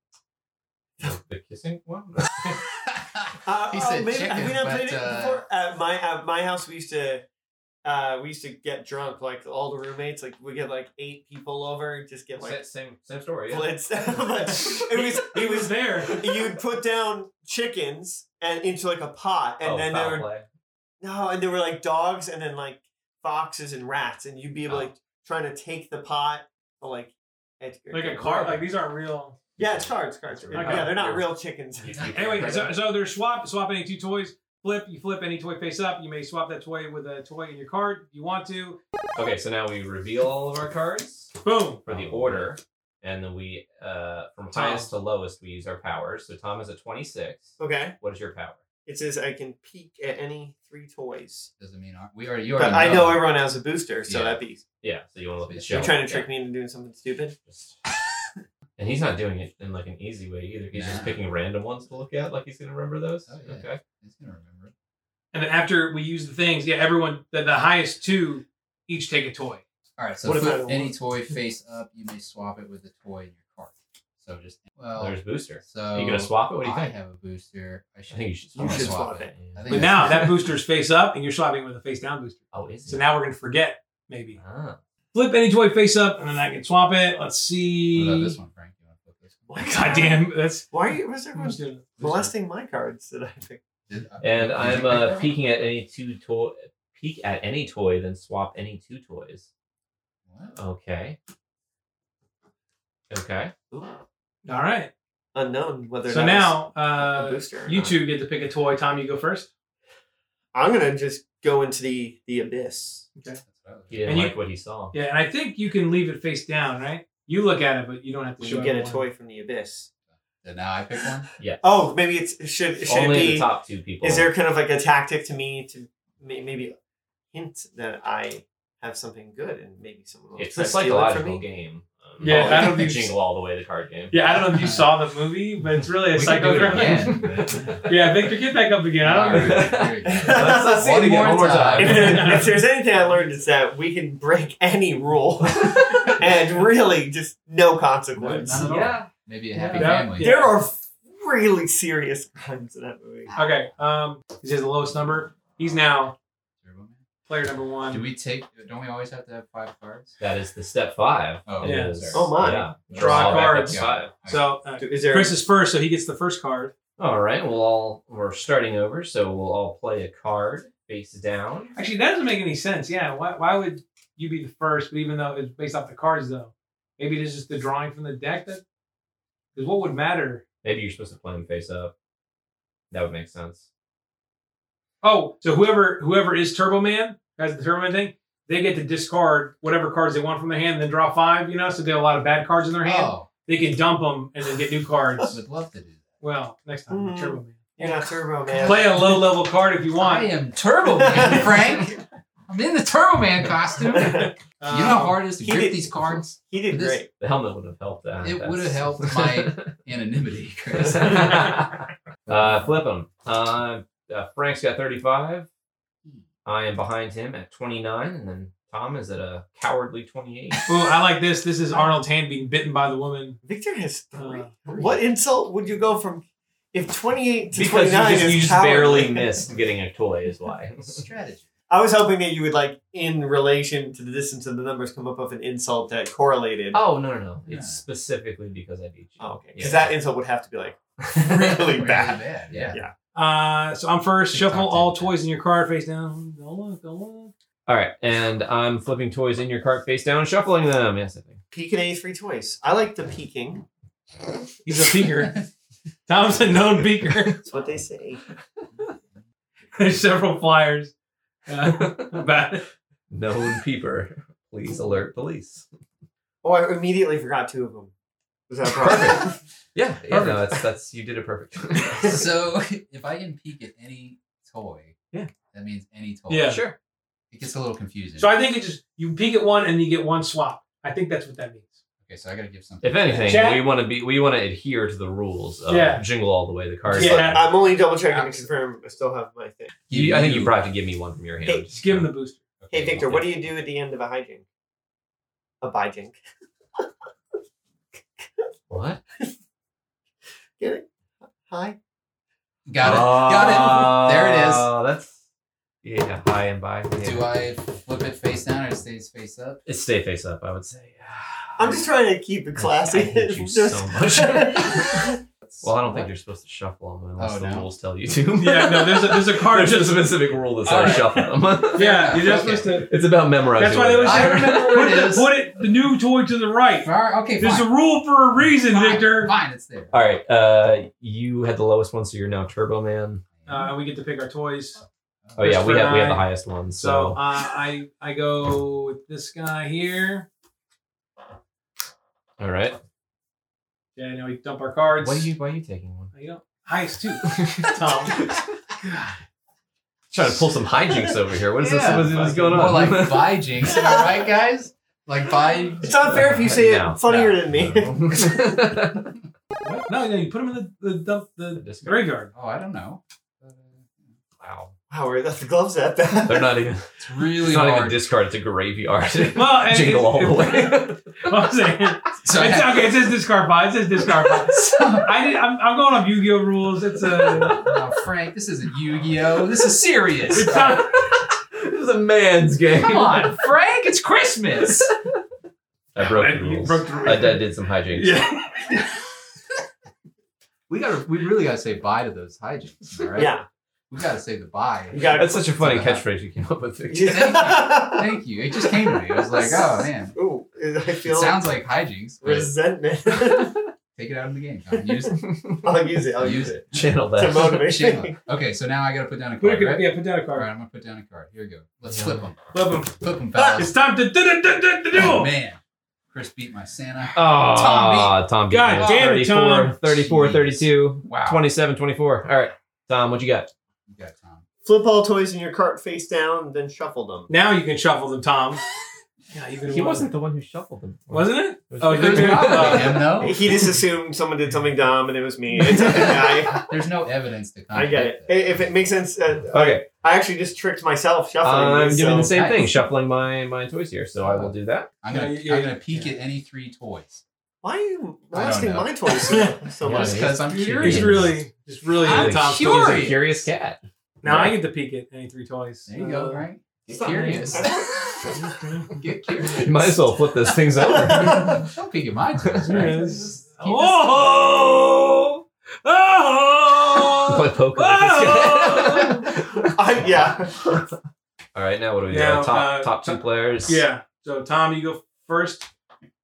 I: the kissing one.
E: Uh,
H: he
E: oh,
H: said
E: maybe,
H: chicken,
E: have we not
H: but
E: played it
H: uh,
E: before? At my at my house, we used to uh, we used to get drunk, like all the roommates. Like we get like eight people over, just get like
I: Sa- same same story. Yeah.
E: blitzed. but it was it was
I: there.
E: you'd put down chickens and into like a pot, and
I: oh,
E: then
I: foul
E: there were
I: play.
E: no, and there were like dogs, and then like foxes and rats, and you'd be able,
H: Oh.
E: like trying to take the pot, but like it's
C: Like a card. Like these aren't real.
E: yeah, it's cards, cards.
I: Okay.
E: Yeah, they're not real chickens.
H: You- you-
C: Anyway, so, so there's swap. Swap any two toys. Flip. You flip any toy face up. You may swap that toy with a toy in your card if you want to.
I: Okay, so now we reveal all of our cards
C: Boom.
I: for the order, and then we uh, from highest to lowest we use our powers. So Tom is a twenty six.
E: Okay,
I: What is your power?
E: it says I can peek at any three toys.
H: doesn't mean our- we already. You already
E: But I know everyone has a booster, so
H: Yeah.
E: that'd be.
I: Yeah. So you want to look at the show?
E: You're trying to trick me into doing something stupid.
I: Just- and he's not doing it in like an easy way either. He's just
H: Nah.
I: picking random ones to look at, like he's gonna remember those.
H: Oh, yeah.
I: Okay.
H: He's gonna remember. it.
C: And then after we use the things, yeah, everyone the, the highest two each take a toy.
H: All right. So
E: What if I
H: flip
E: don't
H: any
E: want-
H: toy face up. You may swap it with a toy in your cart. So just well.
I: There's booster.
H: Oh. so
I: Are you gonna swap it? What do you
H: I
I: think?
H: have a booster. I should.
I: I think you should
H: I'm
I: swap
H: gonna
E: should swap it.
H: I think
C: But
H: I
C: now
H: should.
C: that booster's face up, and you're swapping with a face down booster.
I: Oh, is
C: So
I: it?
C: now we're gonna forget maybe
I: Ah.
C: flip any toy face up, and then I can swap it. Let's
H: What
C: see.
H: about this one, Frank? You want to flip this one?
C: God damn, that's
E: Why are you? Was
C: I'm
E: everyone
C: just doing it.
E: molesting my cards that I picked?
H: Did- uh, did
I: And
H: you
I: I'm
H: pick
I: uh,
H: that?
I: peeking at any two toy. Peek at any toy, then swap any two toys.
H: What?
I: Okay. Okay.
C: all right.
E: Unknown whether.
C: So
E: that was
C: now
E: a
C: uh,
E: booster. or
C: you
E: not.
C: two get to pick a toy. Tom, you go first.
E: I'm gonna just go into the the abyss.
H: That's what I was-
I: He didn't
C: And you-
I: like what he saw.
C: Yeah, and I think you can leave it face down, right? You look at it, but you don't have to
E: We
C: show
E: should get a
C: everyone.
E: toy from the abyss.
H: Did now I pick one.
E: Oh, maybe it's it should it should
I: Only the
E: it be?
I: top two people.
E: Is there kind of like a tactic to me to may, maybe hint that I have something good and maybe someone will
I: It's
E: try
I: a
E: to steal it from
I: psychological
E: me?
I: game. Um,
C: Yeah,
I: I
C: I
I: don't
C: don't
I: the
C: think-
I: jingle all the way the card game.
C: Yeah, I don't know if you saw the movie, but it's really a
H: We could do
C: psycho
H: it
C: thriller.
H: again.
C: yeah, Victor, get back up again. I
H: All
C: don't
H: right,
C: know.
H: here we go.
E: Let's-
I: let's see it
H: One
I: again, one more
E: If,
I: time.
E: there, if there's anything I learned, it's that we can break any rule and really just no consequence.
H: None at all.
C: Yeah.
H: Maybe a happy
C: Yeah.
H: family.
E: There are really serious crimes in that movie.
C: Okay. Um, he has the lowest number. He's now
H: Turbo Man?
C: player number one.
H: Do we take? Don't we always have to have five cards?
I: That is the step five.
H: Oh,
I: It
C: Yeah.
I: is-
E: Oh, my.
I: yeah.
C: Draw
I: All back up to
C: cards.
I: Five.
C: so uh,
E: Is there?
C: Chris is first, so he gets the first card.
I: All right, we'll all we're starting over, so we'll all play a card face down.
C: Actually, that doesn't make any sense. Yeah, why, why would you be the first? But even though it's based off the cards, though, maybe it is just the drawing from the deck that. Because what would matter?
I: Maybe you're supposed to play them face up. That would make sense.
C: Oh, so whoever whoever is Turbo Man has the Turbo Man thing. They get to discard whatever cards they want from their hand, and then draw five. You know, so they have a lot of bad cards in their hand.
H: Oh,
C: They can dump them and then get new cards.
H: would love to do
C: Well, next time,
E: Mm.
C: Turbo Man.
E: You're not Turbo Man.
C: Play a low level card if you
H: that. Mm-hmm. I
C: want.
H: am Turbo Man, Frank. I'm in the Turbo Man costume. You know
C: Um,
H: how hard it is to
E: he
H: grip
E: did-
H: these cards.
E: He did
H: This-
E: great.
I: The helmet would have helped that.
H: It
I: That's-
H: would have helped my anonymity, Chris.
I: uh, flip him. Uh, uh, Frank's got 35. I am behind him at 29, and then Tom is at a cowardly 28.
C: Ooh, I like this. This is Arnold Tan being bitten by the woman.
E: Victor has three.
C: Uh,
E: what insult would you go from if 28 to
I: because you
E: 29
I: just,
E: is
I: you just
E: cowardly?
I: barely missed getting a toy, is why.
H: Strategy.
E: I was hoping that you would like, in relation to the distance of the numbers, come up with an insult that correlated.
I: Oh, no, no, no. It's
H: Yeah.
I: specifically because I beat you.
E: Oh, okay.
I: Yeah.
E: Because that insult would have to be like really bad.
H: Yeah.
C: Uh, so I'm first.
H: TikTok
C: Shuffle all
H: did
C: toys in your card face down. Don't look, don't look.
I: All right, and I'm flipping toys in your cart face down, shuffling them. Yes, I think.
E: Peek at any three toys. I like the peeking.
C: He's a beaker. Tom's a known beaker.
E: That's what they say.
C: There's several flyers uh, about it.
I: Known peeper. Please alert police.
E: Oh, I immediately forgot two of them. Was that a problem?
I: Yeah, yeah no, that's that's you did it perfect.
H: So if I can peek at any toy,
I: Yeah.
H: that means any toy.
C: Yeah.
I: sure.
H: It gets a little confusing.
C: So I think it just you peek at one and you get one swap. I think that's what that means.
H: Okay, so I gotta give something.
I: If anything,
C: Chat-
I: we want to be we want to adhere to the rules of
C: Yeah.
I: jingle all the way the card.
E: Just
C: Yeah.
E: like- I'm only double checking to confirm I still have my thing.
I: You, I think you probably have to give me one from your hand.
E: Hey,
C: Just give him the booster.
E: Hey Victor, what do you do at the end of a hijink? A bijink.
I: What?
E: Get it? Hi.
H: Got it. Got it. There it is.
I: Oh, That's yeah, high and by. Yeah.
H: Do I flip it face down or it stays face up?
I: It's stay face up, I would say.
E: I'm just trying to keep it classy.
I: I hate you
E: Just-
I: so much. Well, I don't think you're supposed to shuffle them unless
H: Oh,
I: the
H: no.
I: rules tell you to.
C: Yeah, no, there's a there's a card
I: there's a
C: just
I: specific rule that says
H: Alright.
I: shuffle them.
C: yeah, you're just
H: Okay.
C: supposed to
I: it's about memorizing.
C: That's why they
I: them.
C: always
H: I
C: say
H: remember
C: put,
H: where it
C: the,
H: is.
C: put it the new toy to the right.
H: All right, okay,
C: There's
H: fine.
C: a rule for a reason,
H: Fine,
C: Victor.
H: Fine, it's there.
I: All right, uh, you had the lowest one, so you're now Turbo Man.
C: Uh, and we get to pick our toys.
I: Oh yeah, we
C: Christopher
I: have we have
C: and
I: the
C: I.
I: highest one.
C: So uh,
I: So
C: I I go with this guy here.
I: all right,
C: Yeah, now we dump our cards.
I: why are you why are you taking one?
C: I don't highest two. Tom.
I: Trying to pull some hijinks over here. What is
H: Yeah,
I: this? What is what's going
H: More
I: on?
H: like by jinx, am I right, guys? Like by.
E: It's not fair if you say
I: No,
E: it funnier than me.
I: No.
C: What? No, no, you put him in the, the dump the,
I: The discard.
C: graveyard.
H: Oh, I don't know.
I: wow,
E: Wow, where the gloves at that?
I: they're not even.
H: It's really
I: It's not even
H: hard.
I: discard. It's a graveyard.
C: Well, and
I: Jingle all the way.
C: I'm saying,
H: so I
C: it's,
H: have-
C: okay, it says discard five. It says discard five. I did, I'm, I'm going off Yu-Gi-Oh rules. It's a
H: No, Frank, this isn't Yu-Gi-Oh. This is serious.
C: it's not
I: this is a man's game.
H: Come on, Frank, it's Christmas.
I: I broke
C: You
I: the rules.
C: broke the rules.
I: I, I did some hijinks.
H: We gotta, we really gotta say bye to those hijinks, all right?
E: Yeah.
H: We gotta say the bye.
E: You got
I: That's such a funny catchphrase you came up with. Victor.
E: it.
H: Thank you. It just came to me. I was like, oh man,
E: Ooh, I
H: it
E: feel
H: sounds like hijinks. But
E: resentment.
H: take it out of the game. Tom. You just
E: I'll use it. I'll
H: Use
E: use it.
I: Channel
E: To
I: that.
E: motivate
H: Shame
E: me.
H: on- Okay, so now I gotta put down a
C: put a,
H: card. Right?
C: yeah, put down a
H: All right,
C: card.
H: I'm gonna put down a card. Here we go. Let's
I: Yeah.
H: flip them.
C: Flip him.
H: Flip them,
C: Ah, It's
H: fellas.
C: time to do do do do do
H: Oh,
C: do.
H: man, Chris beat my Santa.
G: Uh,
I: Oh, Tom beat,
C: God
I: me.
C: damn it, Tom.
I: 34,
H: Jeez.
I: 32,
H: Wow.
I: 27, 24. All right, Tom, what you got?
H: You got Tom.
E: Flip all toys in your cart face down, then shuffle them.
C: Now you can shuffle them, Tom. Yeah, you
I: He wasn't the one who shuffled them.
C: Wasn't it?
I: Was-
C: Oh,
H: There's
C: you-
H: probably him
I: Oh.
H: though.
E: He just assumed someone did something dumb and it was me. It's okay, I,
H: There's no evidence to come.
E: I get it. I- If it makes sense, uh,
I: Okay,
E: I actually just tricked myself shuffling.
I: I'm
E: these,
I: doing Um, the
E: so-
I: same thing,
H: Nice.
I: shuffling my, my toys here, so I will do that.
H: I'm gonna,
C: Yeah, yeah,
H: I'm gonna peek
C: yeah.
H: at any three toys.
E: Why are you
H: I don't
E: molesting
H: know.
E: my toys so, so
I: Yeah,
E: much?
H: Just because I'm
I: He's
H: curious.
C: He's really, just really
H: I'm
C: into Tom's
H: curious.
C: toys.
I: He's a curious cat.
C: Now I get to peek at any three toys.
H: There you go,
C: Uh,
H: right? Get curious. Get curious.
I: You might as well flip those things over.
H: Don't peek at my toys, right?
C: Yes.
H: Keep this-
C: Oh! Oh!
I: Play poker
C: Oh!
I: with this guy.
E: I, yeah.
I: All right, now what do we do?
C: Now,
I: top
C: uh,
I: top two players.
C: yeah. So Tom, you go first.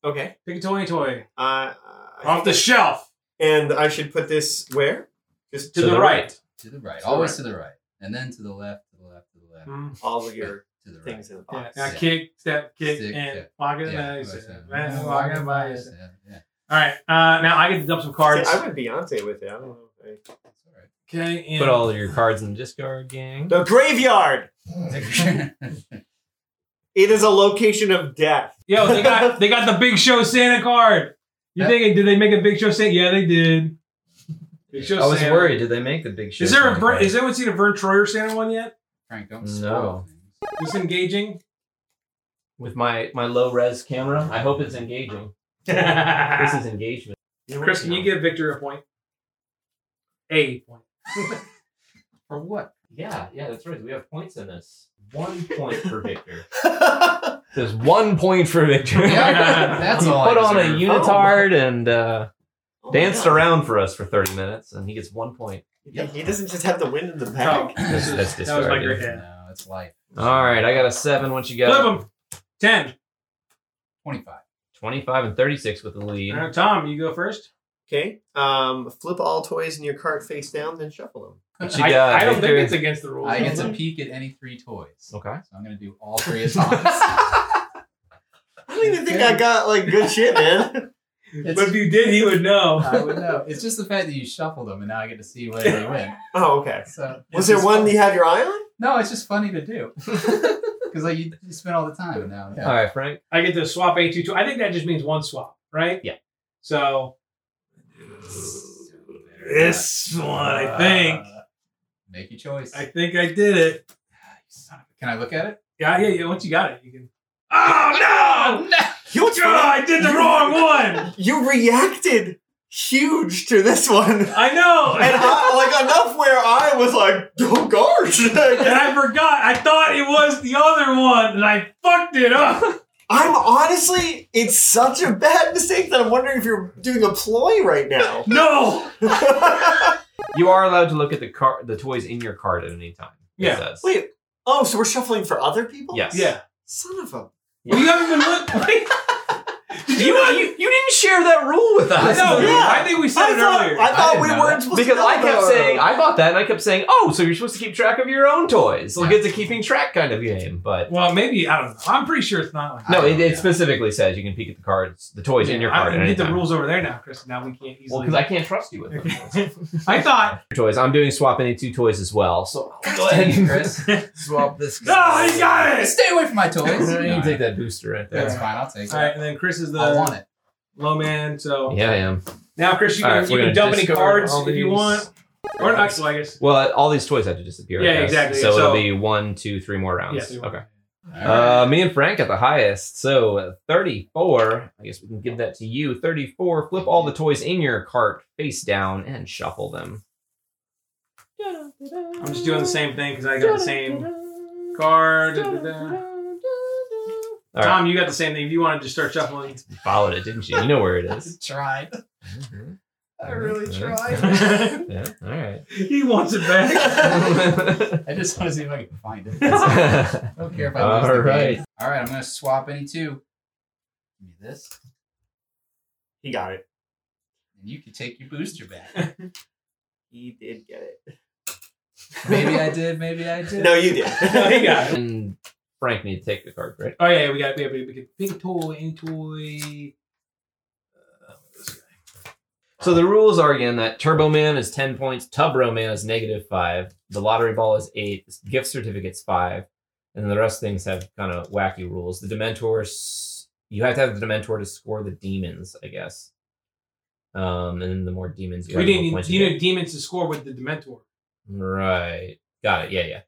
E: Okay.
C: Pick a toy, any toy
E: Uh, I
C: off
E: think-
C: the shelf
E: and I should put this where? Just
C: to, the, right.
H: To the right.
E: To the
H: Always
E: right.
H: to the right. And then to the left, to the left, to the left,
C: Mm.
E: all of your
H: to the right.
E: things in the
C: Yeah.
E: box.
C: Now
H: Yeah.
C: kick, step, kick,
H: Stick,
C: and
H: yeah.
C: walk it
H: Yeah,
C: by
H: always
C: yourself.
H: to the
C: Man,
H: right.
C: walk it by yourself.
H: Yeah, yeah.
C: All right. Uh, now I get to dump some cards.
E: See, I went Beyonce with it. I don't know. if I-
H: It's all right.
C: Okay. And
I: Put all of your cards in the discard gang.
E: The graveyard. It is a location of death.
C: Yo, they got they got the Big Show Santa card. You
H: Yeah.
C: thinking? Did they make a Big Show Santa? Yeah, they did. Big Show
I: I was
C: Santa.
I: worried. Did they make the big shit?
C: Is there a Vern, is anyone seen a Vern Troyer Santa one yet?
H: Frank, don't
I: No.
H: spoil things.
C: It's engaging.
I: with my my low res camera? I hope it's engaging. This
C: Chris,
I: is engagement.
C: can you give Victor a point? A point.
H: For what?
I: Yeah, yeah, that's right. We have points in this. One point for Victor.
E: I
I: There's one point for Victor.
H: Yeah, that's
I: he
H: all
I: put
H: I
I: on a
H: deserve.
I: unitard and uh,
E: Oh my
I: danced
E: God.
I: around for us for 30 minutes, and he gets one point.
E: He doesn't just have the wind in the back.
C: This is-
I: That's
C: that was my
I: discarded.
C: great hand.
H: No, it's life.
I: All right, I got a seven. What you got?
C: Flip him. Ten.
H: 25.
I: 25 and 36 with the lead.
C: Now, Tom, you go first.
E: Okay. Um, flip all toys in your cart face down, then shuffle them.
I: What you
C: I,
I: got,
C: I don't
I: Victor?
C: think it's against the rules.
H: I get to peek at any three toys. So
I: Okay.
H: I'm going to do all three at once.
E: I don't even think I got like good shit, man.
C: but if you did, he would know.
H: I would know. It's just the fact that you shuffled them and now I get to see where they went.
E: Oh, okay.
H: So
E: Was
H: it's
E: there
H: just
E: one
H: fun.
E: you had your eye on?
H: No, it's just funny to do. Because like you, you spend all the time now.
I: All right, Frank.
C: I get to swap A two two. I think that just means one swap. right?
I: Yeah.
C: So this one, I think.
H: Make your choice.
C: Uh, I think I did it.
H: Can I look at it?
C: Yeah, yeah, yeah. Once you got it, you can. Oh no!
E: You
C: God, I did the
E: you-
C: wrong one.
E: You reacted huge to this one.
C: I know.
E: And I, like enough where I was like, oh gosh.
C: and I forgot. I thought it was the other one, and I fucked it up.
E: I'm honestly, it's such a bad mistake that I'm wondering if you're doing a ploy right now.
C: No.
I: You are allowed to look at the car, the toys in your cart at any time. it
C: Yeah.
I: says.
E: Wait, oh, so we're shuffling for other people?
I: Yes.
C: Yeah.
E: Son of a.
C: Well, you haven't been looking. Wait. Did
I: You, you you didn't share that rule with us.
C: No,
E: Yeah.
C: I think we said
E: I
C: it
E: thought,
C: earlier.
E: I thought
H: I
E: we
H: didn't know
E: weren't
H: that.
E: supposed
I: Because
E: to. know
I: I kept
E: about-
I: saying I bought that, and I kept saying, "Oh, so you're supposed to keep track of your own toys." Like
H: Yeah.
I: it's a keeping track kind of game, but
C: well, maybe I don't know. I'm pretty sure it's not. Like
I: no, it, it
H: Yeah.
I: specifically says you can peek at the cards, the toys in your
C: I
I: cart.
C: don't
I: at any
C: get the
I: time.
C: rules over there now, Chris. Now we can't
I: Well,
C: easily.
I: because I can't trust you with them.
C: I thought.
I: Your toys. I'm doing swap any two toys as well. So go
H: Thank you,
I: ahead.
H: Chris. Swap this.
C: No, he got it.
H: Stay away from my toys.
I: you
H: Nah,
I: can take that booster right there.
H: That's fine. I'll take it.
C: All right, and then Chris is the
H: I want it.
C: low man. So
I: Yeah, I am.
C: now, Chris, you
I: All
C: can,
I: right,
C: you
I: we're
C: can
I: gonna
C: dump any
I: discard
C: cards
I: all
C: if you
I: these.
C: want, or not. So I guess.
I: Well, all these toys have to disappear. I
C: Yeah,
I: guess.
C: exactly.
I: So,
C: So-
I: it'll be one, two, three more rounds.
C: Yeah, three more.
I: Okay.
H: All right.
I: Uh, me and Frank at the highest. So uh, 34. I guess we can give that to you. 34. Flip all the toys in your cart face down and shuffle them.
C: I'm just doing the same thing because I got the same card.
I: All right,
C: Tom, you got the same thing. If you want to just start shuffling,
I: you followed it, didn't you? You know where it is.
H: tried. Mm-hmm. I really tried.
I: Yeah, all right.
C: he wants it back.
H: I just want to see if I can find it. I
I: all
H: don't care if I lose the game.
I: right.
H: All right, I'm gonna swap any two. Give me this,
E: He got it.
H: and you can take your booster back.
E: He did get it.
H: maybe I did. Maybe I did.
E: No, you did.
C: he got it.
I: And Frank need to take the card, right?
C: Oh yeah, we got we, we, we can pick a toy, any toy. Uh, this guy.
I: So the rules are again that Turbo Man is 10 points, Tubro Man is negative five, the lottery ball is eight, the gift certificate's five, and then the rest of things have kind of wacky rules. The Dementors, you have to have the Dementor to score the demons, I guess. Um, and then the more demons you
C: we
I: have, the more
C: didn't.
I: points
C: You
I: you
C: need demons to score with the Dementor,
I: get. Right. Got it. Yeah, yeah.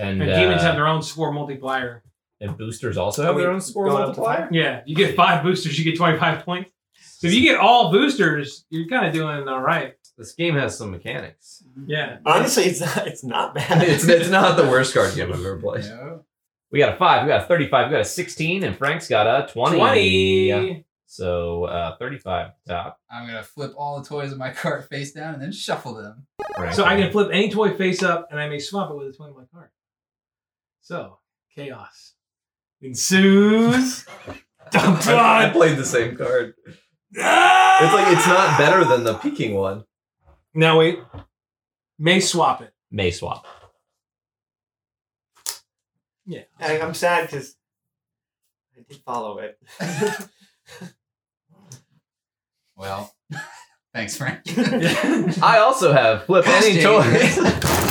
I: And,
C: and demons
I: uh,
C: have their own score multiplier.
I: and boosters also have their
E: Wait,
I: own score
E: going up to
I: multiplier.
C: Yeah, you get five boosters, you get twenty five points. So if you get all boosters, you're kind of doing all right.
I: This game has some mechanics.
C: Yeah.
E: Honestly, it's not, it's not bad.
I: it's, it's not the worst card game I've ever played.
H: No.
I: We got a five, we got a 35, we got a 16, and Frank's got a 20.
C: 20.
I: So uh, 35 top.
H: I'm gonna flip all the toys in my cart face down and then shuffle them.
I: Frank.
C: So I can flip any toy face up, and I may swap it with a toy in my card. So chaos ensues. Dum
I: I, I
C: dum.
I: played the same card. It's
C: It's
I: like it's not better than the peeking one.
C: Now wait, may swap it.
I: May swap.
E: I, I'm sad because I did follow it.
H: Well, thanks, Frank.
I: I also have flip
H: Gosh,
I: any
H: dang.
I: toy.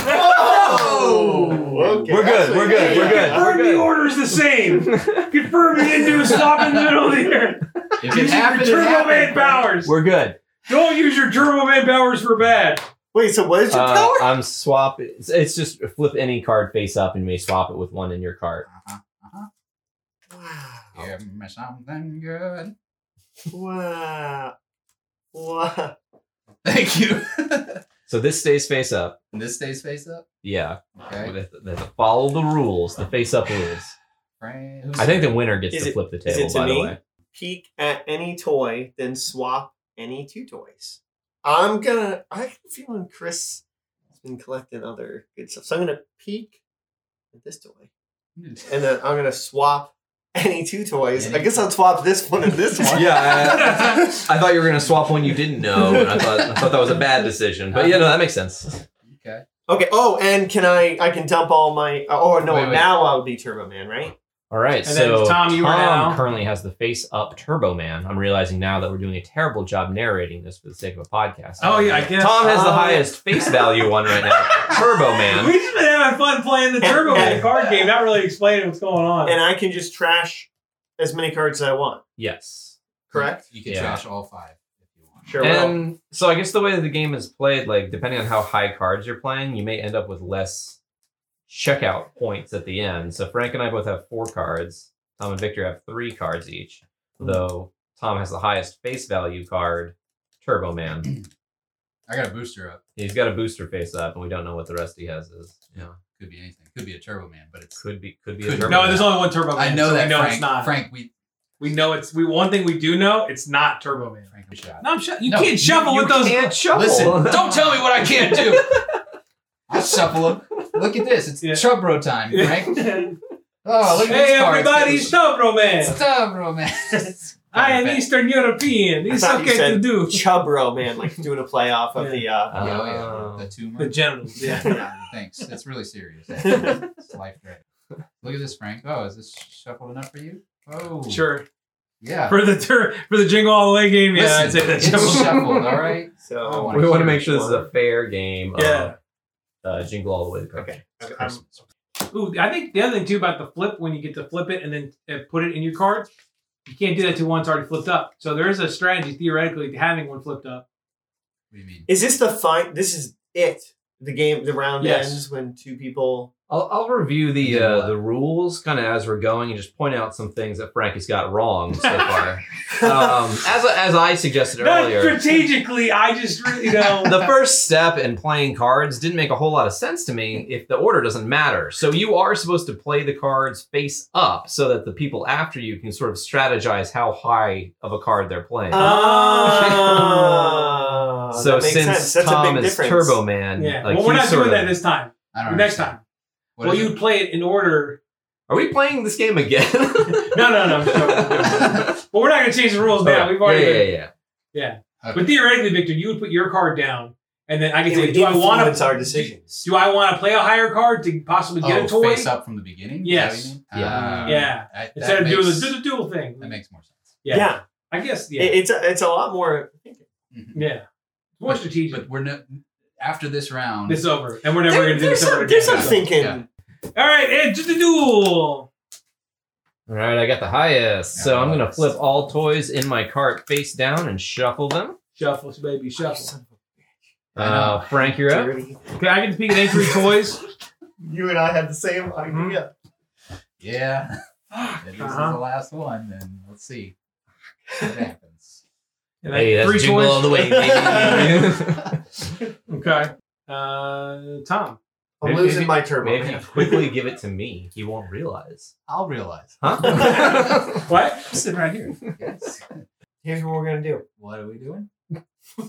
E: Oh, okay.
I: We're good, we're good, we're good.
E: Yeah.
I: We're
C: Confirm the order's the same. Confirm you didn't do a swap in the middle of the year. Use
H: If it
C: your
H: happened, it
C: Turbo
H: happened,
C: Man
H: Frank.
C: powers.
I: We're good.
C: Don't use your Turbo Man powers for bad.
E: Wait, so what is your
I: Uh,
E: power?
I: I'm swap. It's, it's just flip any card face up and you may swap it with one in your cart.
H: Uh-huh.
E: Wow.
H: Give me something good.
E: Wow. Wow.
H: Thank you.
I: So this stays face up.
H: and this stays face up.
I: Yeah.
H: Okay.
I: They have to- they have to follow the rules, the face up rules.
H: Frank. who's-
I: I think the winner gets
E: Is
I: to
E: it-
I: flip the
E: is it
I: table,
E: to
I: by the
E: me?
I: way.
E: Peek at any toy, then swap any two toys. I'm gonna. I have a feeling Chris has been collecting other good stuff, so I'm gonna peek at this toy, and then I'm gonna swap any two toys. I guess I'll swap this one and this one.
I: Yeah, I thought you were gonna swap one you didn't know, and I thought I thought that was a bad decision. But yeah, no, that makes sense.
H: Okay.
E: Okay. Oh, and can I? I can dump all my. Oh no!
H: Wait, wait.
E: Now I would be Turbo Man, right?
I: All right,
C: And
I: so
C: then Tom, you are
I: Tom
C: now.
I: currently has the face up Turbo Man. I'm realizing now that we're doing a terrible job narrating this for the sake of a podcast.
C: Oh yeah, I guess.
I: Tom has the
E: Oh.
I: highest face value one right now, Turbo
C: We
I: Man.
C: just been having fun playing the Turbo Man card game,
I: Uh,
C: not really explaining what's going on.
E: And I can just trash as many cards as I want.
I: Yes,
E: Correct.
H: You can
I: Yeah.
H: trash all five.
E: Sure. will.
I: And so I guess the way that the game is played, like depending on how high cards you're playing, you may end up with less checkout points at the end. So Frank and I both have four cards. Tom and Victor have three cards each, though Tom has the highest face value card, Turbo Man.
H: I got a booster up.
I: He's got a booster face up, and we don't know what the rest he has is. Yeah,
H: Could be anything. Could be a Turbo Man, but it's.
I: could be could be a
H: Could-
I: Turbo
C: No,
I: Man.
C: there's only one Turbo Man.
H: I know
C: so
H: that.
C: We know
H: Frank,
C: it's not.
H: Frank, we.
C: We know it's. We one thing we do know it's not Turbo Man.
H: Frank, we shot.
C: No, I'm shut. You
H: No,
C: can't shuffle
I: you
C: with those.
I: can't shuffle.
H: Listen, don't tell me what I can't do. I shuffle them. Look at this. It's
C: Yeah.
H: Chubro time, Frank. Oh, look at
C: hey
H: this card.
C: everybody, it's Turbo Man.
H: Chubro man.
C: I am Eastern European. It's
E: I thought you
C: okay to
E: said
C: do.
E: Chubro man, like doing a play off of the
H: Yeah,
E: uh
H: oh,
I: Oh.
H: yeah. The tumor.
C: The genitals.
H: Yeah, yeah, thanks. That's really serious. actually. it's life threatening. Look at this, Frank. Oh, is this shuffled enough for you? Oh,
C: Sure.
H: Yeah.
C: For the tur- for the jingle all the way game, yeah, I'd
H: Listen,
C: say that's
H: it's shuffled. All right. I
E: so
H: wanna
I: We want to
H: hear
I: make
H: it.
I: sure this is a fair game. of,
C: Yeah.
I: uh, jingle all the way. to Christmas.
E: Okay.
H: It's
E: I'm-
H: Christmas.
C: Ooh, I think the other thing too about the flip when you get to flip it and then uh, put it in your card, you can't do that till one's already flipped up. So there is a strategy theoretically to having one flipped up.
H: What do you mean?
E: Is this the fine? This is it. The game, the round
C: Yes.
E: ends when two people.
I: I'll, I'll review the
H: Yeah.
I: uh, the rules kind of as we're going and just point out some things that Frankie's got wrong so far. um, as as I suggested earlier,
C: Not strategically, I just really you know.
I: the first step in playing cards didn't make a whole lot of sense to me if the order doesn't matter. So you are supposed to play the cards face up so that the people after you can sort of strategize how high of a card they're playing.
E: Ah, that
I: so
E: makes
I: since
E: sense. That's a
I: Tom
E: big
I: is
E: difference.
I: Turbo Man,
C: yeah.
I: like
C: well, we're
I: he
C: not
I: sort
C: doing
I: of-
C: that this time.
H: I don't know.
C: Next time. well, you would play it in order.
I: Are we playing this game again?
C: No, no, no. no. but we're not going to change the rules now. We've already.
I: Oh, yeah, yeah, yeah.
C: But theoretically, Victor, you would put your card down, and then I can
E: It
C: say,
E: would
C: do I want
E: influence
C: to
E: our decisions.
C: Do I want to play a higher card to possibly get
H: oh,
C: a toy?
H: face up from the beginning.
C: Yes.
H: Is that what you mean?
I: Yeah.
H: Ah,
C: Yeah.
H: I- that
C: Instead of doing the
H: makes-
C: do the dual thing.
H: That makes more sense.
C: yeah.
E: yeah,
C: I guess. Yeah.
E: It, it's a, it's a lot more.
H: Mhm.
C: yeah. More strategic.
H: But we're no, after this round.
C: It's over, and we're never going to do
E: there's
C: this
E: some,
C: ever
E: there's
C: again.
E: some thinking.
H: Yeah.
C: All right, and to the duel.
I: All right, I got the highest. so I'm going to
H: Nice.
I: flip all toys in my cart face down and shuffle them.
C: Shuffle, baby, shuffle.
E: Son of
H: I know.
I: Uh, Frank, you're
E: a
I: up.
E: dirty-
C: Okay, I get to pick an entry toys.
E: You and I have the same idea.
H: Yeah. If this is
C: Uh-huh.
H: the last one, then let's see what happens.
C: And I
I: Hey,
C: get
I: that's
C: three
I: jingle
C: toys.
I: all the
E: Mm-hmm.
I: way. baby.
C: Okay. Uh, Tom.
E: I'm
I: Maybe-
E: losing my turbo.
I: Maybe you quickly give it to me. He won't realize.
H: I'll realize.
I: Huh?
C: What?
H: I'm sitting right here. Yes.
E: Here's what we're gonna do.
H: What are we doing?
E: We're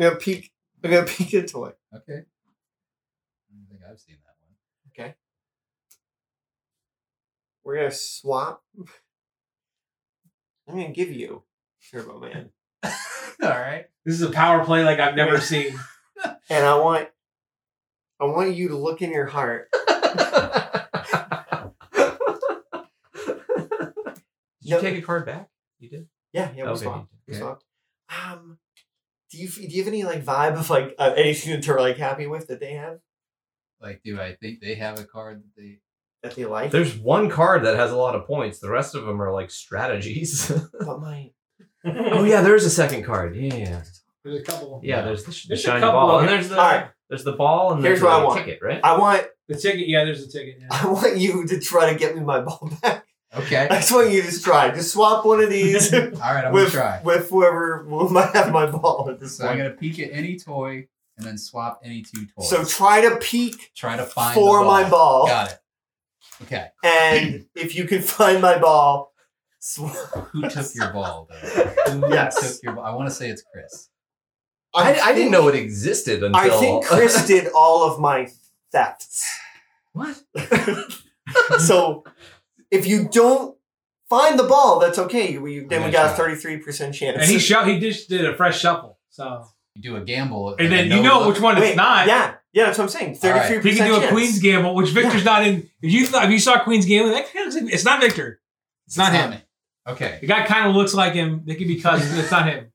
E: gonna peek. We're gonna peek a toy.
H: Okay. I don't think I've seen that one.
E: We're gonna swap. I'm gonna give you Turbo Man,
H: All right.
C: This is a power play like I've never seen.
E: and I want, I want you to look in your heart
I: Did
E: No.
I: you take a card back? You did.
E: Yeah, yeah, we
I: Okay.
E: swapped. We
I: Okay.
E: swapped. Um, do you f- do you have any like vibe of like uh, anything that you're like happy with that they have
H: Like, do I think they have a card that they?
E: that they like?
I: There's one card that has a lot of points. The rest of them are like strategies.
E: But my
I: oh yeah, there's a second card. Yeah, yeah, yeah.
C: There's a couple.
I: Yeah, there's the, sh- the
C: There's a
I: shiny
C: couple
I: ball,
C: of
I: and
C: them.
I: there's the
E: Alright.
I: there's the ball, and
E: Here's
I: there's
E: what I
I: the
E: want.
I: ticket, right?
E: I want
C: The ticket. Yeah, there's a ticket. Yeah.
E: I want you to try to get me my ball back.
H: Okay.
E: I just want you to try. Just swap one of these
H: All right. I'm gonna
E: with
H: try.
E: with whoever will might have my ball at this
H: So I'm
E: point.
H: gonna peek at any toy and then swap any two toys.
E: So try to peek
H: try to find the
E: for
H: ball.
E: my ball,
H: Got it. Okay.
E: and if you can find my ball, sw-
H: Who took your ball though? Who
E: Yes.
H: took your ball? I want to say it's Chris.
I: I, I didn't know it existed until
E: I think Chris did all of my thefts.
H: What?
E: so if you don't find the ball, that's okay. You, you, then we
H: Okay,
E: got a
H: sure.
E: thirty-three percent chance.
C: And he sho- he just did a fresh shuffle. So
H: You do a gamble.
C: and then you know which one
E: Wait,
C: it's not.
E: Yeah, yeah, that's what I'm saying.
H: All right.
E: Thirty-three
C: He
E: percent.
C: can do a
E: chance.
C: Queen's gamble, which Victor's not in. If you thought, if you saw Queen's gamble, that kind of looks like- it's not Victor. It's not him.
H: me. Okay.
C: The guy kind of looks like him. They could be cousins. but It's not him.